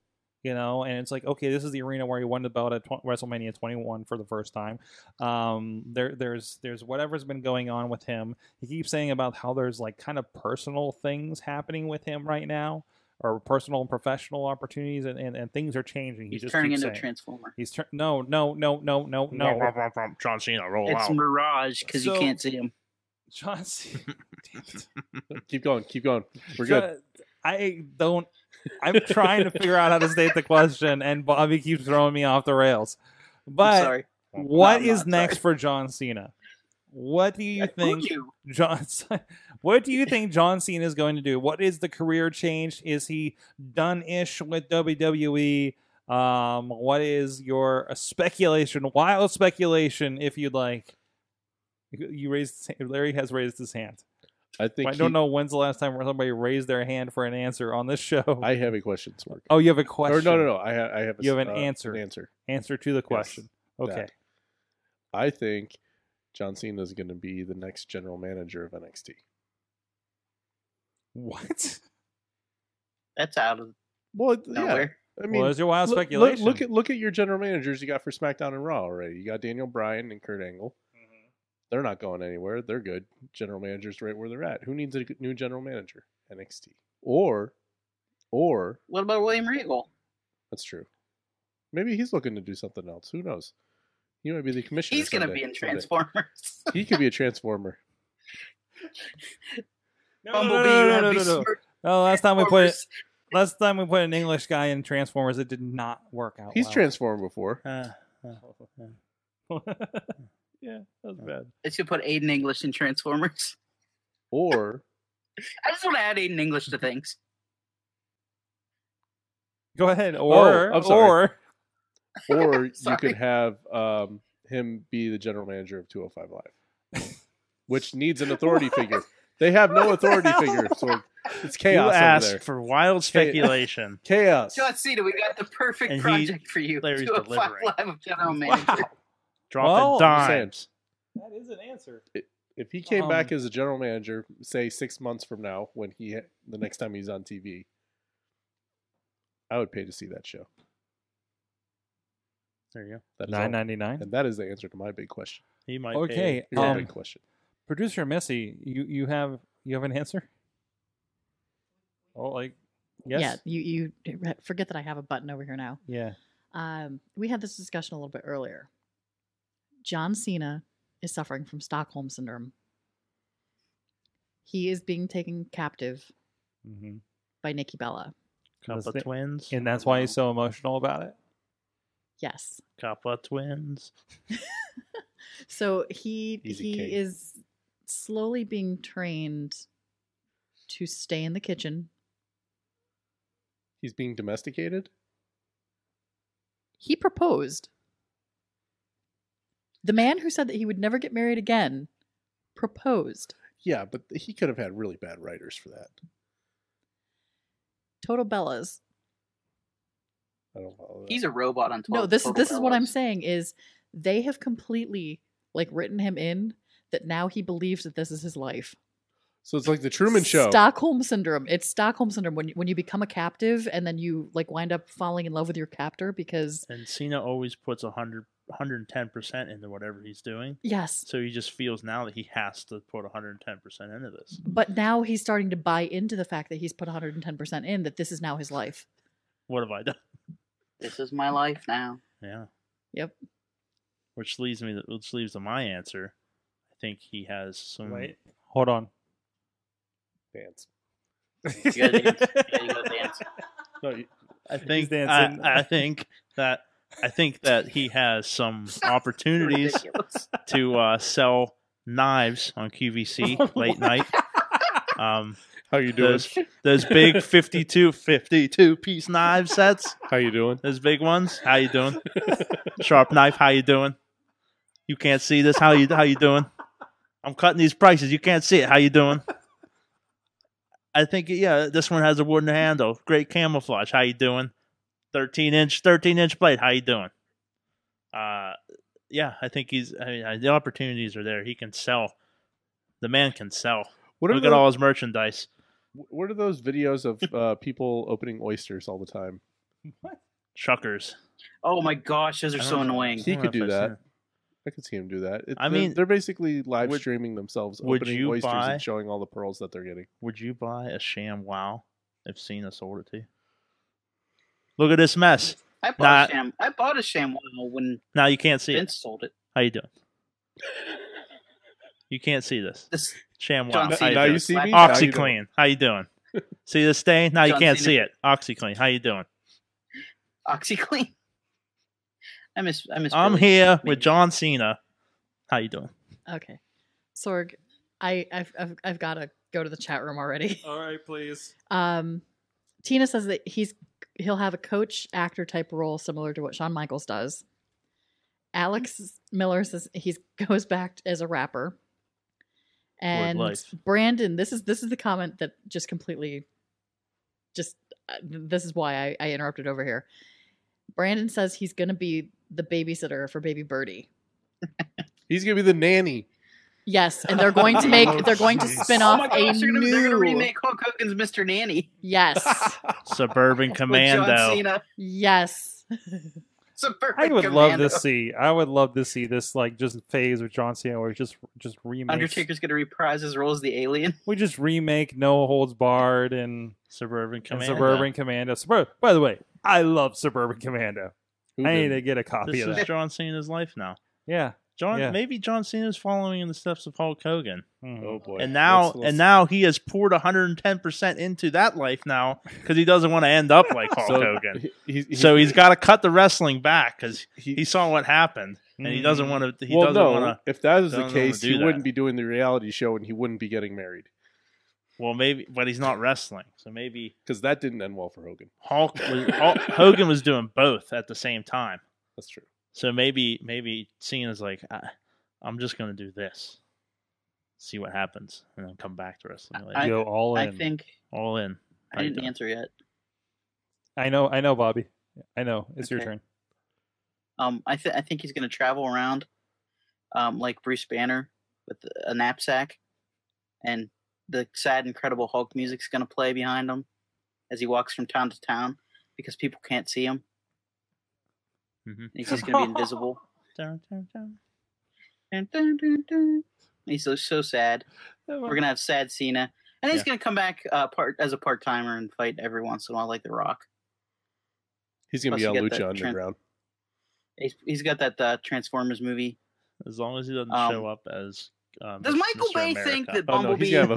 A: you know, and it's like, okay, this is the arena where he won the belt at tw- WrestleMania 21 for the first time. Um, there there's there's whatever's been going on with him. He keeps saying about how there's like kind of personal things happening with him right now. Or personal and professional opportunities, and, and, and things are changing. He
D: He's
A: just
D: turning
A: keeps
D: into a
A: saying.
D: transformer.
A: He's tur- no, no, no, no, no, no.
F: John Cena roll
D: It's
F: out.
D: mirage because
A: Oh, So-
D: you can't see him.
A: John
D: (laughs)
A: Cena. Damn it.
E: keep going, keep going.
A: (laughs)
E: We're good.
A: John- I don't. I'm trying to figure out how to state the question, and Bobby keeps throwing me off the rails.
D: I'm
A: But
D: sorry.
A: what
D: No,
A: is
D: I'm not sorry.
A: next for John Cena? What do you
D: I told
A: think
D: you.
A: John? (laughs) C- What do you think John Cena is going to do? What is the career change? Is he done-ish with WWE? Um, what is your uh, speculation? Wild speculation, if you'd like. You raised Larry has raised his hand.
E: I think
A: I don't
E: he-
A: know when's the last time where somebody raised their hand for an answer on this show.
E: I have a question, Smirk.
A: (laughs) oh, you have a
E: Or
A: question.
E: no, no, no. I have. I have. A,
A: You have an
E: uh,
A: answer.
E: answer.
A: Answer to the question. okay.
E: that. I think John Cena is going to be the next general manager of NXT.
A: What?
D: That's out of
E: Well, it- yeah.
D: nowhere.
E: I mean,
A: well, is your wild
E: look- look-
A: speculation?
E: Look, at look at your general managers you got for SmackDown and Raw already. You got Daniel Bryan and Kurt Angle.
A: Mm-hmm.
E: They're not going anywhere. They're good. General managers right where they're at. Who needs a g- new general manager? NXT or or
D: What about William Regal?
E: that's true. Maybe he's looking to do something else. Who knows? He might be the commissioner.
D: He's gonna
E: someday-
D: be in
E: someday.
D: Transformers.
E: He could be a transformer.
A: no, no,
D: (laughs) Bumblebee,
A: no, no, no,
D: Rabbi
A: no, no.
D: Smurf,
A: No, last time we put
D: Transformers.
A: last time we put an English guy in Transformers, it did not work out.
E: He's
A: well.
E: transformed before.
F: Uh, uh, uh.
A: (laughs) yeah, that was bad.
D: They should put Aiden English in Transformers. (laughs)
E: Or
D: I just want to add Aiden English to things.
A: Go ahead. Or
E: Oh, I'm sorry.
A: or
E: or you
D: Oh, Sorry.
E: could have um, him be the general manager of 205 Live, which needs
D: (laughs)
E: an authority figure. They have no
A: What the
E: authority
A: hell?
E: figure. So it's
F: You
E: chaos over there.
F: asked for
A: (laughs)
F: wild speculation.
E: Chaos.
D: (laughs) John Cena, we got the perfect
F: And he-
D: project for you.
F: Larry's
D: Do a five
F: delivering.
D: live of general manager.
A: wow.
F: Dropping
A: Well, I'm
F: dimes.
A: That is an answer.
E: If he came back
A: Um,
E: as a general manager, say six months from now, when he the next time he's on TV, I would pay to see that show.
F: There you go.
E: That is all.
A: Nine ninety nine.
E: And that is the answer to my big question.
F: He might.
A: Okay.
E: Your
A: Um,
E: big question.
A: producer Missy, you you have you have an answer? Oh, like yes.
G: Yeah, you you forget that I have a button over here now.
A: Yeah.
G: um, we had this discussion a little bit earlier. John Cena is suffering from Stockholm syndrome. He is being taken captive
E: Mm-hmm.
A: hmm
G: by Nikki Bella.
F: Couple
A: That's the-
F: twins.
A: And that's why he's so emotional about it.
G: Yes.
F: Couple twins.
G: So he
E: Easy
G: he
E: cake. pig.
G: is slowly being trained to stay in the kitchen.
E: He's being domesticated.
G: He proposed. The man who said that he would never get married again proposed.
E: Yeah, but he could have had really bad writers for that.
G: Total Bellas.
E: I don't follow that.
D: He's a robot on 12.
G: No, this is
D: Total
G: this is what I'm
D: Bellas.
G: saying is they have completely like written him in that now he believes that this is his life.
E: so it's like the Truman Show.
G: Stockholm syndrome. It's Stockholm syndrome when you, when you become a captive and then you like wind up falling in love with your captor because
F: And Cena always puts 100, 110% into whatever he's doing.
G: yes,
F: So he just feels now that he has to put 110% into this.
G: but now he's starting to buy into the fact that he's put 110% in that this is now his life.
F: What have I done?
D: This is my life (laughs) now.
F: Yeah.
G: Yep.
F: Which leads me, which leaves to my answer. I think he has
E: Mm.
F: some.
A: Wait, hold on.
E: Dance.
D: You
E: (laughs)
D: gotta dance. You gotta go dance.
E: No, you-
F: I think.
A: dancing.
F: I, I think that. I think that he has some opportunities
D: Ridiculous.
F: to uh, sell knives on QVC late night. Um,
E: How you doing?
F: those, those big 52, 52 piece knife sets.
E: How you
F: (laughs)
E: doing?
F: Those big ones. How you doing? Sharp knife. How you doing? You can't see this. How you how you doing? I'm cutting these prices. You can't see it. How you doing? I think yeah, this one has a wooden handle. Great camouflage. How you doing? Thirteen inch, thirteen inch blade. How you doing? Uh, yeah, I think he's. I mean, uh, the opportunities are there. He can sell. The man can sell.
E: What are,
F: Look at
E: those,
F: all his merchandise.
E: what are those videos of uh, people opening oysters all the time?
F: Truckers.
D: (laughs) Oh my gosh, those are
F: I
D: so
F: don't know.
D: annoying.
E: He
F: I don't know
E: could
F: if
E: do
F: I've
E: that.
F: seen it.
E: I could see him do that. It,
F: I
E: I
F: mean,
E: mean, they're basically live
F: would-
E: streaming themselves,
F: would
E: opening
F: you
E: oysters
F: buy-
E: and showing all the pearls that they're getting.
F: Would you buy a sham wow if Cena sold it to you? Look at this mess.
D: I bought
F: Nah.
D: a sham. I bought a sham wow when
F: Now you can't see it.
D: Vince sold it.
F: How you doing? You can't see this.
D: This
F: Sham wow.
D: John
F: How
D: Cena.
F: you
E: Now
F: doing?
E: you see me.
D: Now
E: you don't.
F: OxyClean. How
D: (laughs)
F: you doing? See this stain? Now you
D: John
F: can't
D: Cena.
F: see it. OxyClean. How you doing?
D: OxyClean. (laughs) I miss. I miss.
F: I'm
D: Billy.
F: here with
D: Maybe.
F: John Cena. How you doing?
G: Okay. Sorg, I I've I've, I've got to go to the chat room already. (laughs)
A: All right, please.
G: Um, Tina says that he's he'll have a coach actor type role similar to what Shawn Michaels does. Alex Miller says he's goes back as a rapper. And
F: life.
G: Brandon, this is this is the comment that just completely, just uh, this is why I, I interrupted over here. Brandon says he's gonna be the babysitter for Baby Birdie.
E: He's gonna be the nanny.
G: Yes, and they're going to
D: (laughs)
G: make they're going to
B: Jeez.
G: spin
D: Oh
G: off
D: my
G: a
D: gosh, they're gonna, they're gonna
G: new
D: remake Hulk Hogan's Mr. Nanny
G: yes
D: (laughs)
F: Suburban
D: with John
F: Commando.
D: Cena.
G: yes.
D: Suburban
A: I would
D: Commando.
A: love to see. I would love to see this like just phase with John Cena where he just just remake.
D: Undertaker's gonna reprise his role as the alien.
A: We just remake No Holds Barred and,
F: Suburban
A: and
F: Commando.
A: Suburban Commando. Suburb- By the way, I love Suburban Commando.
E: Who
A: I need
E: did-
A: to get a copy
F: This
A: of
F: is
A: that.
F: John Cena's life now.
A: Yeah.
F: John,
A: Yeah.
F: maybe John Cena's following in the steps of Hulk Hogan.
A: Mhm.
E: Oh boy!
F: and now
E: Let's- let's-
F: and now he has poured 110 percent into that life now because he doesn't want to end up like
E: (laughs)
F: Hulk Hogan.
E: he- He's, he's,
F: So he's got to cut the wrestling back because
E: he,
F: he saw what happened and he doesn't want to. He
E: Mm-hmm. well,
F: doesn't
E: no.
F: want to.
E: if that is the
F: doesn't wanna
E: case,
F: do
E: he
F: that.
E: wouldn't be doing the reality show, and he wouldn't be getting married
F: Well, maybe, but he's not wrestling, so maybe
E: because that didn't end well for Hogan.
F: Hulk, was, Hulk Hogan was doing both at the same time.
E: That's true.
F: So maybe maybe Cena's like, I, I'm just gonna do this, see what happens, and then come back to wrestling later.
D: I-
A: Go all in.
D: I think
F: All in.
D: I didn't
F: Right.
D: answer yet.
A: I know. I know, Bobby. I know. It's your
D: Okay.
A: turn.
D: Um, I th- I think he's gonna travel around, um, like Bruce Banner with a knapsack, and the sad, incredible Hulk music's gonna play behind him as he walks from town to town because people can't see him.
F: Mhm.
D: And He's just gonna be invisible.
F: Dun, dun, dun.
D: Dun, dun, dun, dun. And He's so, so sad. We're gonna have sad Cena, and he's
F: Yeah.
D: gonna come back uh, part as a part timer and fight every once in a while, like The Rock.
E: He's gonna
D: Plus
E: be
D: you
E: on
D: get that
E: Lucha
D: Trent-
E: Underground.
D: He's, he's got that uh, Transformers movie.
F: As long as he doesn't
D: Um,
F: show up as. Um,
D: Does Michael Bay think that
E: Oh no,
D: Bumblebee?
E: he's gonna have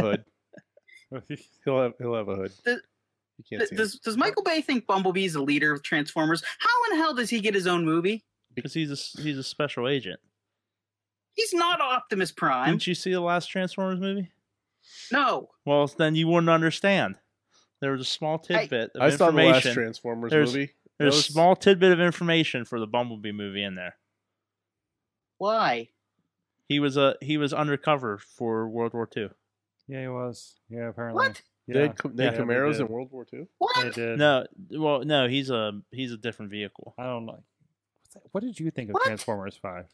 E: a hood.
D: (laughs)
E: he'll have he'll have a hood.
D: Does-
E: you can't
D: Th-
E: see him.
D: does does Michael Bay think Bumblebee's the leader of Transformers? How in hell does he get his own movie?
F: because he's a s- he's a special agent.
D: He's not Optimus Prime.
F: Didn't you see the last Transformers movie?
D: No.
F: Well, then you wouldn't understand. There was a small tidbit of
E: I saw the last
F: information.
E: Transformers
F: There's-
E: movie.
F: There's a
E: those-
F: small tidbit of information for the Bumblebee movie in there.
D: Why?
F: He was a he was undercover for World War II.
A: Yeah, he was. Yeah, apparently.
D: What?
E: They
A: Yeah.
E: had Cam- they had
A: Yeah, they
E: Camaros
A: did.
E: in World War II.
A: They
D: What?
A: did.
F: No, well, no, he's a he's a different vehicle.
A: I don't know. What's that- What did you think of
D: What?
A: Transformers Five?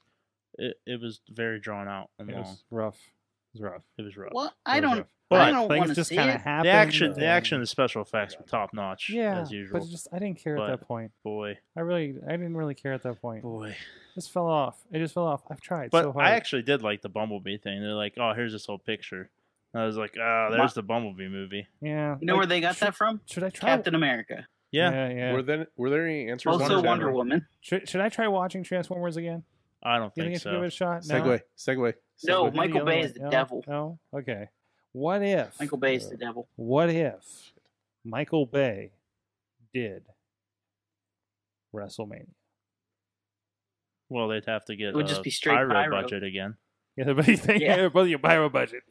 F: It, it was very drawn out and
A: It
F: long.
A: was rough. It was rough.
F: it was rough.
D: What?
A: It
D: I
A: was
D: don't.
A: rough. But
F: I
D: don't
A: things
D: wanna
A: just
D: see
A: kinda
D: it.
A: happened.
F: The action, the
A: and-
F: action, and the special effects were top notch.
A: Yeah,
F: as
A: but
F: usual.
A: it just I didn't care at
F: But-
A: that point.
F: boy,
A: I really, I didn't really care at that point.
F: boy.
A: This fell off. It just fell off. I've tried
F: But
A: so hard.
F: I actually did like the Bumblebee thing. They're like, oh, here's this whole picture. And I was like, oh, there's the Bumblebee movie.
A: yeah.
D: You know
A: like,
D: where they got
A: should,
D: that from?
A: Should I try?
D: Captain America.
F: Yeah,
A: yeah. yeah.
E: Were then were there any answers?
D: Also Wonder,
E: on the
A: Wonder
E: general?
D: Woman.
A: Should, should I try watching Transformers again?
F: I don't
A: Do you think
F: think,
A: I should give
F: so.
A: it a shot? No?
E: Segway, segway.
A: Maybe
D: No,
E: segway.
A: the
D: Oh, Michael
A: other
D: Bay
A: way.
D: is the
A: No?
D: devil.
A: No. Okay. What if
D: Michael Bay is the devil.
A: What if Michael Bay did WrestleMania? (laughs)
F: Well, they'd have to get
D: It would
F: a
D: just be straight
F: pyro,
D: pyro.
F: budget again.
A: Yeah, everybody think
D: Yeah.
A: everybody you buy a
F: (laughs)
A: budget.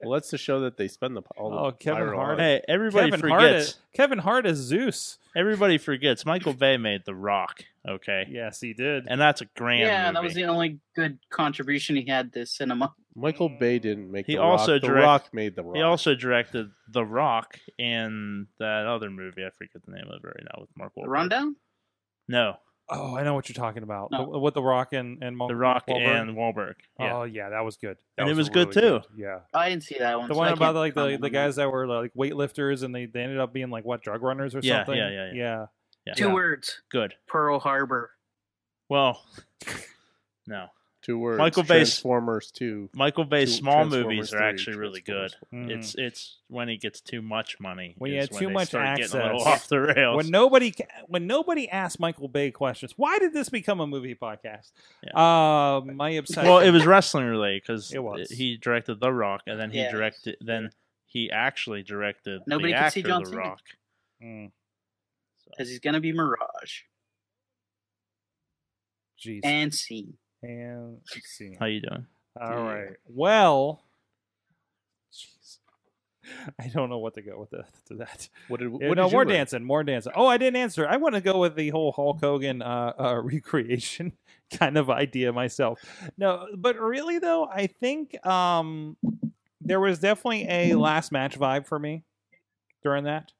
E: Well, that's the show that they spend the all the
A: Oh, Kevin
E: pyro
A: Hart.
E: on.
F: Hey, everybody
A: Kevin Hart
F: forgets.
A: is Kevin Hart is Zeus.
F: Everybody forgets. Michael Bay made The Rock. Okay,
A: Yes, he did.
F: and that's a grand.
D: Yeah, that
F: movie.
D: was the only good contribution he had to cinema.
E: Michael Bay didn't make.
F: He
E: the
F: also
E: Rock. The
F: direct-
E: Rock made the Rock.
F: He also directed The Rock in that other movie. I forget the name of it right now with Mark
D: The
F: Wahlberg.
D: rundown?
F: No,
A: Oh, I know what you're talking about.
D: No.
A: The- what the Rock and and Mark,
F: The Rock
A: Wahlberg?
F: and Wahlberg. Yeah.
A: Oh yeah, that was good. That
F: And it was good,
A: really Yeah.
D: I didn't see that one.
A: The
D: so
A: one
D: I
A: about
D: can't
A: like the,
D: comment
A: the
D: on that.
A: guys that were like weightlifters and they, they ended up being like what drug runners or
F: Yeah,
A: something.
F: yeah, yeah, yeah. yeah.
D: Two words:
F: Good.
D: Pearl Harbor. (laughs)
F: Well, no.
E: two words.
F: Michael Bay's-
E: Transformers two.
F: Michael Bay's
E: two-
F: small
E: Transformers
F: movies are
E: three,
F: actually really good.
E: Transformers four.
A: Mhm.
F: It's it's when he gets too much money.
A: When
F: Well,
A: you
F: yeah,
A: had too much
F: Getting a little (laughs)
A: access.
F: off the rails.
A: when nobody ca- when nobody asked Michael Bay questions, why did this become a movie podcast? Uh, my obsession.
F: well, it was wrestling related because
A: It was.
F: he directed The Rock, and then he
D: Yeah.
F: directed then he actually directed
D: Nobody
F: the
D: could
F: actor
D: see John
F: The
D: Cena.
F: Rock.
A: Mm,
D: because he's gonna be Mirage
A: Jeez. And,
D: and scene.
A: let's see.
F: How you doing?
A: All right. Well, jeez, I don't know what to go with that. To that.
E: What did?
A: Yeah,
E: What
A: no,
E: did you
A: more
E: learn?
A: dancing, more dancing. Oh, I didn't answer. I want to go with the whole Hulk Hogan uh, uh, (laughs) recreation kind of idea myself. No, but really though, I think um, there was definitely a last match vibe for me during that.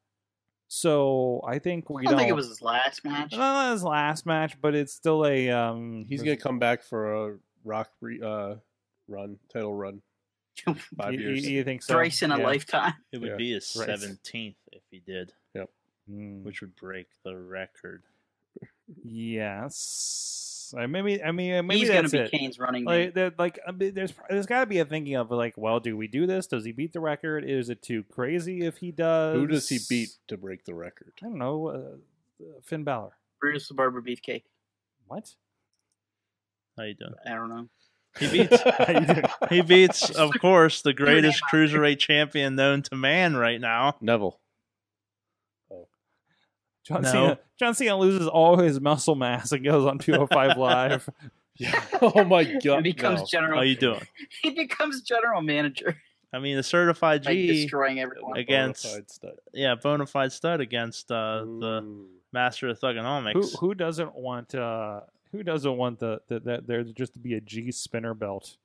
A: So I think we
D: I don't
A: don't.
D: think it was his last match. (laughs)
A: Well, it was last match, but it's still a. Um,
E: He's gonna come back for a Rock re, uh, run title run. Five
A: You, you-
E: years.
A: you think so?
D: Thrice in a
A: Yeah.
D: lifetime.
F: It would
E: Yeah.
F: be his
A: Right.
F: seventeenth if he did,
A: Mm.
F: which would break the record.
A: Yes. Uh, Maybe. I mean. Maybe
D: he's gonna
A: that's
D: be
A: it.
D: Kane's running
A: like
E: Mm-hmm.
D: mate.
A: that like I mean, there's there's got to be a thinking of like well do we do this does he beat the record is it too crazy if he does
E: Who does he beat to break the record?
A: i don't know uh, finn Balor.
D: Brutus the Barber Beefcake.
A: what
F: How you doing?
D: I don't know.
F: He
A: (laughs)
E: (laughs)
F: beats. he beats, of
D: (laughs)
F: course, the greatest cruiserweight champion known to man right now.
E: Neville.
A: john
F: No.
A: cena john cena loses all his muscle mass and
E: (laughs)
A: goes on 205 live
E: Yeah. (laughs)
D: (laughs)
E: Oh my
D: He
E: god.
D: becomes
E: no.
F: How
D: general.
F: you doing?
D: (laughs) He becomes general manager,
F: I mean, a certified
D: like
F: G,
D: destroying everyone.
F: Again. against-
E: Bonafide stud. Mm.
F: yeah, bona fide stud against uh, the
E: Ooh.
F: master of
A: Mm.
F: thugonomics.
A: who who doesn't want uh who doesn't want the that the, there to just be a g spinner belt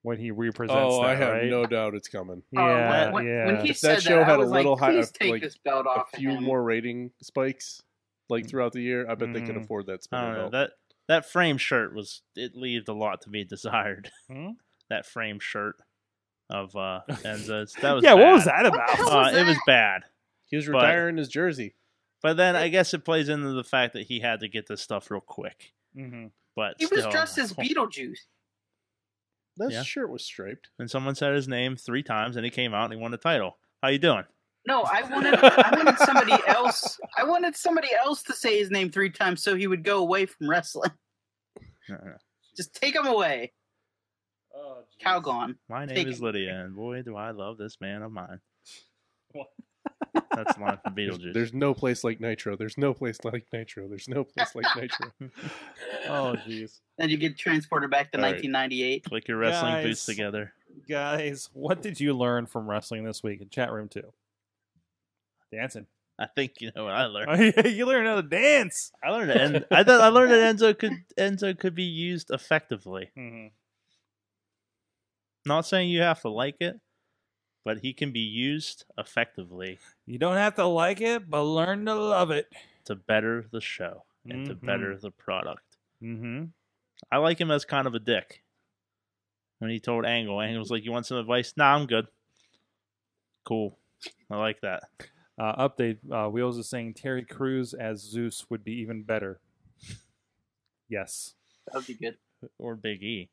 A: when he represents
E: Oh,
A: that,
E: I have
A: right?
E: no doubt it's coming.
D: Oh, when-
A: yeah
D: when,
A: yeah
D: when he
E: If
D: said
E: that show
D: I
E: had a
D: was like,
E: little high- uh,
D: please take
E: like,
D: this belt
E: A
D: off. of
E: few
D: him."
E: more rating spikes, like throughout the year. I bet they can
A: Mhm.
E: afford that
F: I don't
E: spinner
F: know
E: belt.
F: Mm. Uh, that that frame shirt was it leaved a lot to be (laughs) desired.
A: Hmm?
F: that frame shirt
A: (laughs)
F: of uh, Enzo's that was
A: yeah what
F: bad.
A: was that about
F: Uh, It was bad.
E: He was
F: but-
E: retiring his jersey.
F: But then I guess it plays into the fact that he had to get this stuff real quick.
A: Mhm.
F: But
D: He was
F: still,
D: dressed
F: (laughs)
D: as Beetlejuice.
E: That
F: Yeah.
E: shirt was striped.
F: And someone said his name three times, and he came out and he won the title. How you doing?
D: No,
E: (laughs)
D: I wanted I wanted somebody else. I wanted somebody else to say his name three times so he would go away from
E: (laughs)
D: wrestling.
F: No, no, no.
D: Just take him away. Cow gone.
F: My name
D: Take
F: is
D: it.
F: Lydia, and boy, do I love this man of mine. That's mine
A: (laughs)
F: from
E: There's,
F: Beetlejuice.
E: there's no place like Nitro. There's no place (laughs) like Nitro. There's no place like Nitro.
F: (laughs)
A: oh jeez
D: Then you get transported back to
E: All right.
D: 1998.
F: Click your wrestling
A: Guys.
F: boots together.
A: guys what did you learn from wrestling this week in chat room 2 dancing (laughs)
F: I think you know what I learned.
A: oh, yeah, you learned how to dance
F: I learned that En- I thought I learned that Enzo could Enzo could be used effectively. Not saying you have to like it, but he can be used effectively
A: You don't have to like it, but learn to love it.
F: to better the show and to
A: Mhm.
F: better the product.
A: Mm-hmm.
F: I like him as kind of a dick. When he told Angle, Angle was like, "You want some advice? Nah, I'm good. Cool. I like that.
A: Uh, update: uh, Wheels is saying Terry Crews as Zeus would be even better. Yes.
D: That would be good.
F: Or Big E.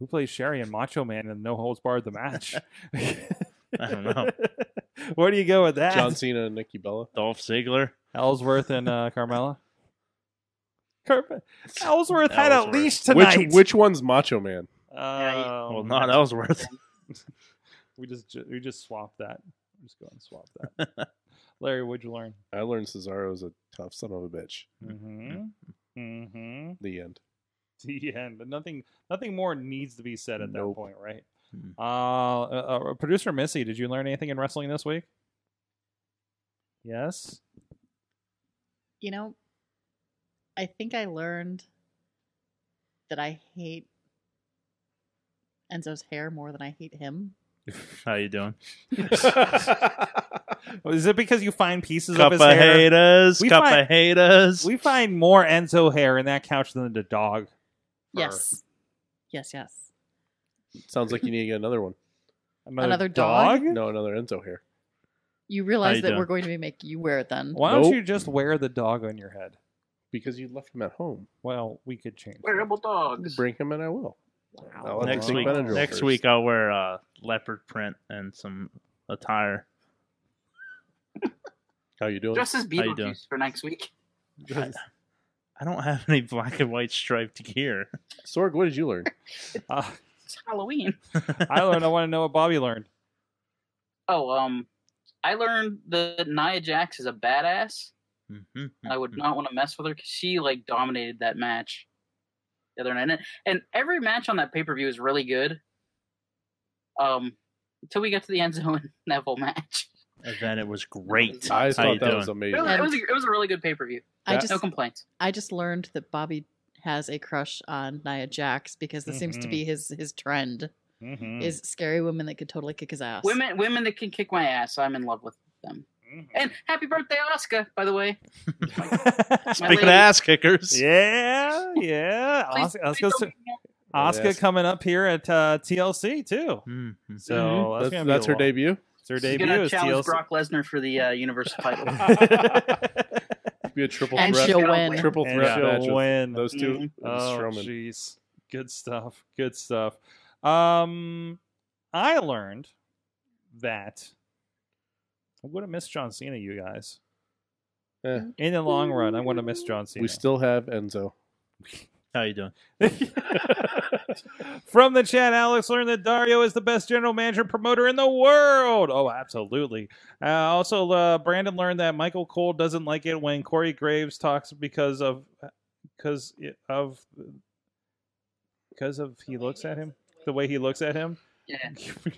A: Who plays Sherry and Macho Man in No Holds Barred the match? (laughs)
F: I don't know.
A: Where do you go with that?
E: John Cena and Nikki Bella.
F: Dolph Ziggler.
A: Ellsworth and (laughs) uh, Carmella. Car- Ellsworth had
F: Ellsworth.
A: a leash tonight.
E: Which which one's Macho Man?
D: Yeah,
A: Um,
F: well,
A: (laughs)
F: not Ellsworth. (laughs)
A: We just ju- we just swapped that. We're just go and swap that. (laughs) Larry, what'd you learn?
E: I learned Cesaro's a tough son of a bitch.
A: Mm-hmm. Mm-hmm. (laughs)
E: The end.
A: The end. But nothing. Nothing more needs to be said at
E: Nope.
A: that point, right?
F: Mm.
A: Uh, uh, uh, producer Missy, did you learn anything in wrestling this week? (laughs) Yes.
G: You know, I think I learned that I hate Enzo's hair more than I hate him.
F: How you doing?
A: Is it because you find pieces of
F: Cup
A: his
F: of
A: hair?
F: haters.
A: We
F: Cup
A: find-
F: of haters.
A: We find more Enzo hair in that couch than the dog. fur.
G: Yes. Yes, yes.
E: Sounds like you need to get
F: (laughs)
E: another one.
A: Another,
G: Another dog?
E: No, another Enzo hair.
G: You realize
F: you
G: that
F: doing?
G: we're going to be making you wear it then.
A: Why don't
E: Nope.
A: you just wear the dog on your head?
E: Because you left him at home.
A: Well, we could change. that.
D: Wearable dogs.
E: Bring him and I will.
G: Wow.
E: I'll
F: next
E: take
F: week.
E: Benadryl
F: Next
E: first.
F: week I'll wear uh, leopard print and some attire.
E: How you doing?
D: Dress as
F: you doing?
D: Beetlejuice for next week.
F: I, I don't have any black and white striped gear.
E: Sorg, what did you learn?
A: Uh,
D: It's Halloween.
A: I learned. I want to know what Bobby learned.
D: Oh, um, I learned that Nia Jax is a badass.
F: Mhm.
D: I would not want to mess with her because she like dominated that match the other night, and, and every match on that pay per view is really good. Um, until we got to the end (laughs) zone Neville match,
F: And then it was great.
E: (laughs) I
F: How you
E: thought that was
F: doing?
E: amazing.
D: it was, it was a, it was a really good pay per view.
G: I
E: That-
G: just
D: No complaints.
G: I just learned that Bobby has a crush on Nia Jax because this seems to
A: Mhm.
G: be his his trend
A: Mm-hmm.
G: is scary women that could totally kick his ass.
D: Women, women that can kick my ass. I'm in love with them. And happy birthday, Oscar! By the way, (laughs)
A: (laughs)
D: My
F: Speaking of
D: lady-
F: ass kickers.
A: Mm-hmm. yeah, yeah.
D: Please-
A: Oscar,
D: please don't be-
A: Oscar
E: Yes.
A: coming up here at uh, TLC too.
F: Mhm.
A: So Mm-hmm.
E: Mhm.
A: that's,
E: that's,
A: gonna be
E: that's
A: a
E: her
A: lot.
E: debut.
A: It's her
D: She's
A: debut.
D: gonna
A: is
D: challenge
A: TLC.
D: Brock Lesnar for the uh, universal title.
F: (laughs)
A: (laughs)
E: Be a triple
G: and
E: threat.
G: she'll
D: Yeah,
G: win.
D: wait.
E: Triple
A: and
E: threat match
A: she'll
E: with
A: win.
E: Those two. and
A: Oh,
E: Strowman.
A: jeez. Good stuff. Good stuff. Um, I learned that I'm going to miss John Cena, you guys.
E: Eh.
A: In the long run, I'm going to miss John Cena.
E: We still have Enzo.
F: How you doing?
A: (laughs) From the chat, Alex learned that Dario is the best general manager and promoter in the world. Oh, absolutely. Uh, also, uh, Brandon learned that Michael Cole doesn't like it when Corey Graves talks because of because it- of because of he looks at him the way he looks at him.
D: Yeah.
A: (laughs)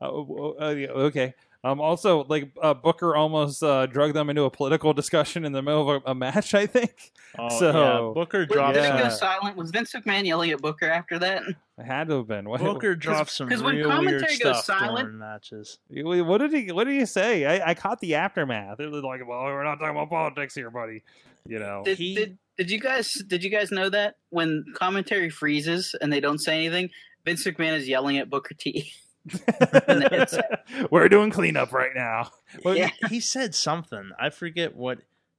A: Uh, oh, oh, yeah, okay. Um. Also, like uh, Booker almost uh, drugged them into a political discussion in the middle of a, a match. I think
F: Oh,
A: So-
F: yeah, Booker
D: Was
F: dropped
D: Vince
A: Yeah.
D: go silent? Was Vince McMahon yelling at Booker after that?
A: it had to have been. (laughs) What,
F: Booker drops some
D: 'cause
F: real
D: when
F: weird
D: commentary goes
F: stuff
D: silent-
F: during matches.
A: Wait, What did he? What did he say? I, I caught the aftermath. It was like, well, we're not talking about politics here, buddy. You know. (laughs)
D: Did,
F: He-
D: did did you guys did you guys know that when commentary freezes and they don't say anything, Vince McMahon is yelling at Booker T.
A: we're doing cleanup right now.
F: (laughs)
A: Well,
D: Yeah.
F: He said something. I forget what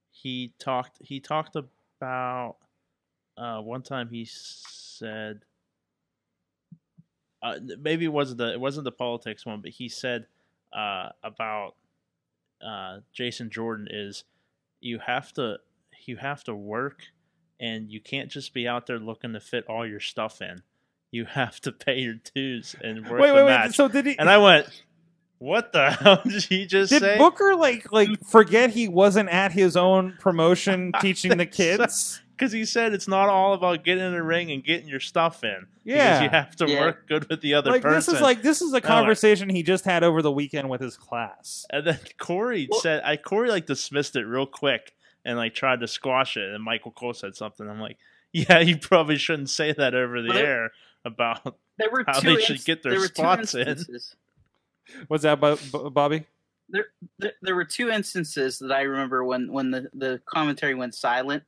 F: he talked. He talked about uh, one time. He said uh, maybe it wasn't the it wasn't the politics one, but he said uh, about uh, Jason Jordan is you have to you have to work and you can't just be out there looking to fit all your stuff in. You have to pay your dues and work
A: Wait,
F: the
A: wait,
F: match.
A: wait. So did he?
F: And I went, "What the (laughs) hell did he just
A: did
F: say?"
A: Booker like like forget he wasn't at his own promotion
F: (laughs) I
A: teaching the
F: think so.
A: kids?
F: Because he said it's not all about getting in the ring and getting your stuff in. because you
A: Yeah.
F: have to
D: Yeah.
F: work good with the other
A: Like
F: person.
A: this is like this is a
F: like-
A: conversation he just had over the weekend with his class.
F: and then (laughs) Corey
D: Well-
F: said, "I Corey like (laughs) dismissed it real quick and like tried to squash it." And Michael Cole said something. I'm like, Yeah, you probably shouldn't say that over the
D: Well, there-
F: air about. (laughs)
D: There were
F: How
D: two
F: they should get their
D: there were two
F: spots in.
D: instances-
A: What's that, Bo- Bo- Bobby?
D: There, there were two instances that I remember when when the the commentary went silent.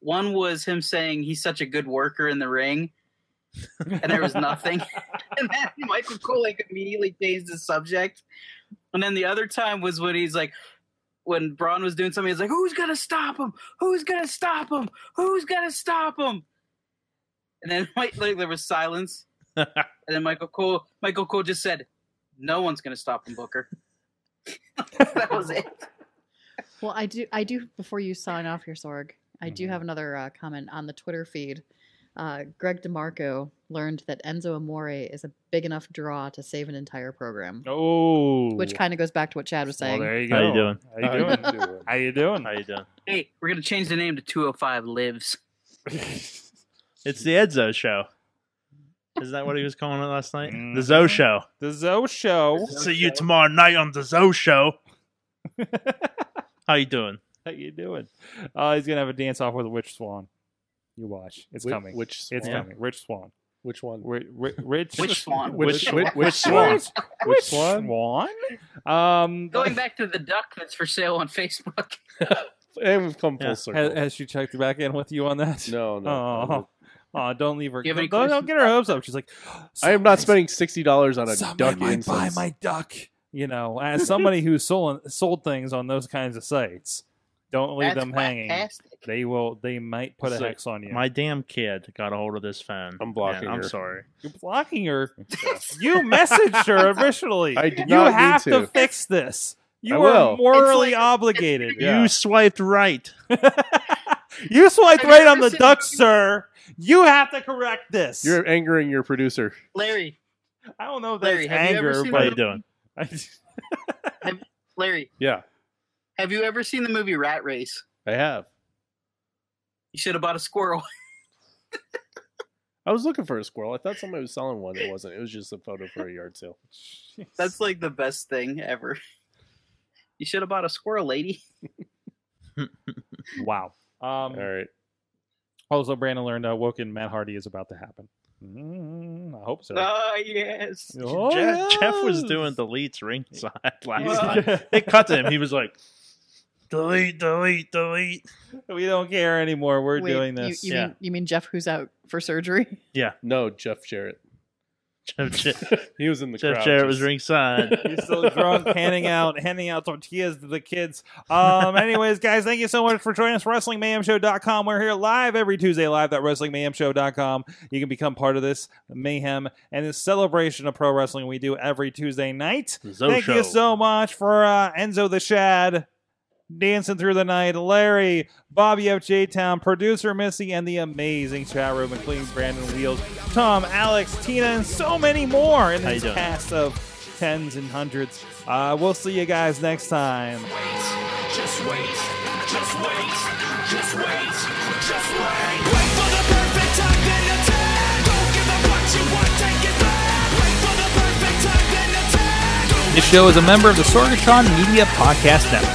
D: One was him saying he's such a good worker in the ring, and there was nothing. (laughs) and then Michael Cole like, immediately changed the subject. And then the other time was when he's like, when Braun was doing something, he's like, "Who's gonna stop him? Who's gonna stop him? Who's gonna stop him?" And then (laughs) like, like there was silence, and then Michael Cole, Michael Cole just said, "No one's gonna stop him, Booker." that was it.
G: Well, I do. I do. Before you sign off here, Sorg, I do
A: Mhm.
G: have another uh, comment on the Twitter feed. Uh, Greg DeMarco learned that Enzo Amore is a big enough draw to save an entire program,
A: Oh,
G: which kind of goes back to what Chad was saying.
A: Well, there you go.
F: How you doing?
A: How you doing? How you doing?
F: How you doing?
D: Hey, we're gonna change the name to 205 Lives.
F: It's the Edzo show. Isn't that what he was calling it last night? The
A: Mhm.
F: Zo show.
A: the Zoe
F: (laughs)
A: Show.
F: See you tomorrow night on the Zo show. How you doing?
A: (laughs) How you doing? Uh, he's gonna have a dance off with a witch swan. You watch. It's
E: Whi-
A: coming.
E: Which
A: it's
E: swan?
A: coming. Rich Swan.
E: Which one?
A: Ri- ri- Rich.
D: Which Swan?
E: Which
A: (laughs) Which-
E: which, which swan?
A: Rich,
E: Which
D: (laughs)
A: Rich
E: swan?
A: Swan. Um,
D: Going back to the duck that's for sale on Facebook.
E: And we've come
F: Yeah.
E: full circle.
A: has, has she checked back in with you on that?
E: no, no.
A: Oh, Aw, don't leave her.
D: Do you have any
A: don't, don't
D: questions?
A: get her hopes up. She's like,
E: (gasps) I am not
A: "Somebody's-
E: spending sixty dollars on a
A: Somebody
E: duck
A: might buy
E: incense.
A: my duck. You know, as somebody who sold sold things on those kinds of sites, don't leave
D: That's
A: them hanging.
D: fantastic.
A: They will. They might put a
F: So,
A: hex on you.
F: My damn kid got a hold of this phone.
E: I'm blocking
F: Man, I'm
E: her.
F: sorry.
A: You're blocking
E: (laughs)
A: her. you messaged her originally.
E: I did
A: you
E: not
A: have
E: need
A: to.
E: to.
A: fix this. You
E: I
A: are
E: will.
A: morally
D: It's
A: (laughs)
D: like-
A: obligated.
E: Yeah.
F: You swiped right.
A: you swiped
D: I've
A: right on
D: never
A: the
D: seen-
A: duck, sir. You have to correct this.
E: You're angering your producer.
D: Larry,
A: I don't know if that's
D: Larry, have you ever
A: anger,
D: seen
F: How you
A: (laughs) but
E: (laughs)
F: doing?
D: Larry,
E: Yeah,
D: have you ever seen the movie Rat Race?
E: I have.
D: You should have bought a squirrel. (laughs)
E: I was looking for a squirrel. I thought somebody was selling one. It wasn't. It was just a photo for a
A: (laughs)
E: yard sale.
D: That's like the best thing ever. You should have bought a squirrel, lady.
A: wow. Um,
E: All right.
A: Also, Brandon learned uh, Woken Matt Hardy is about to happen. Mm, I hope so.
D: Oh yes.
A: Oh,
F: Jeff, Jeff was
A: yes.
F: doing deletes ringside (laughs) last
D: Well,
F: night. They cut to him. He was like, delete, delete, delete.
A: we don't care anymore. We're
G: Wait,
A: doing
G: you-
A: this.
G: You,
F: Yeah.
G: mean you mean Jeff, who's out for surgery?
E: No, Jeff
F: (laughs)
E: Jarrett. (laughs)
F: Jeff, Jeff,
E: he was in the crowd.
F: Jeff Jarrett was
E: just- (laughs)
F: ringside.
A: He's still drunk, handing out handing out tortillas to the kids. Um, anyways, guys, thank you so much for joining us. WrestlingMayhemShow.com. We're here live every Tuesday, live at WrestlingMayhemShow.com. You can become part of this mayhem and this celebration of pro wrestling we do every Tuesday night.
F: The Zo
A: Thank
F: show.
A: you so much for uh, Enzo the Shad dancing through the night, Larry, Bobby FJ Town, producer Missy, and the amazing chat room, including Brandon Wheels, Tom, Alex, Tina, and so many more in
F: How you
A: this
F: doing?
A: cast of tens and hundreds. Uh, we'll see you guys next time.
C: Just wait, just wait, just wait, just wait. Wait for the perfect time, then attack. Don't give up what you want, take it back. Wait for the perfect time, then attack. Don't
I: This show is a member of the Sorgatron Media Podcast Network.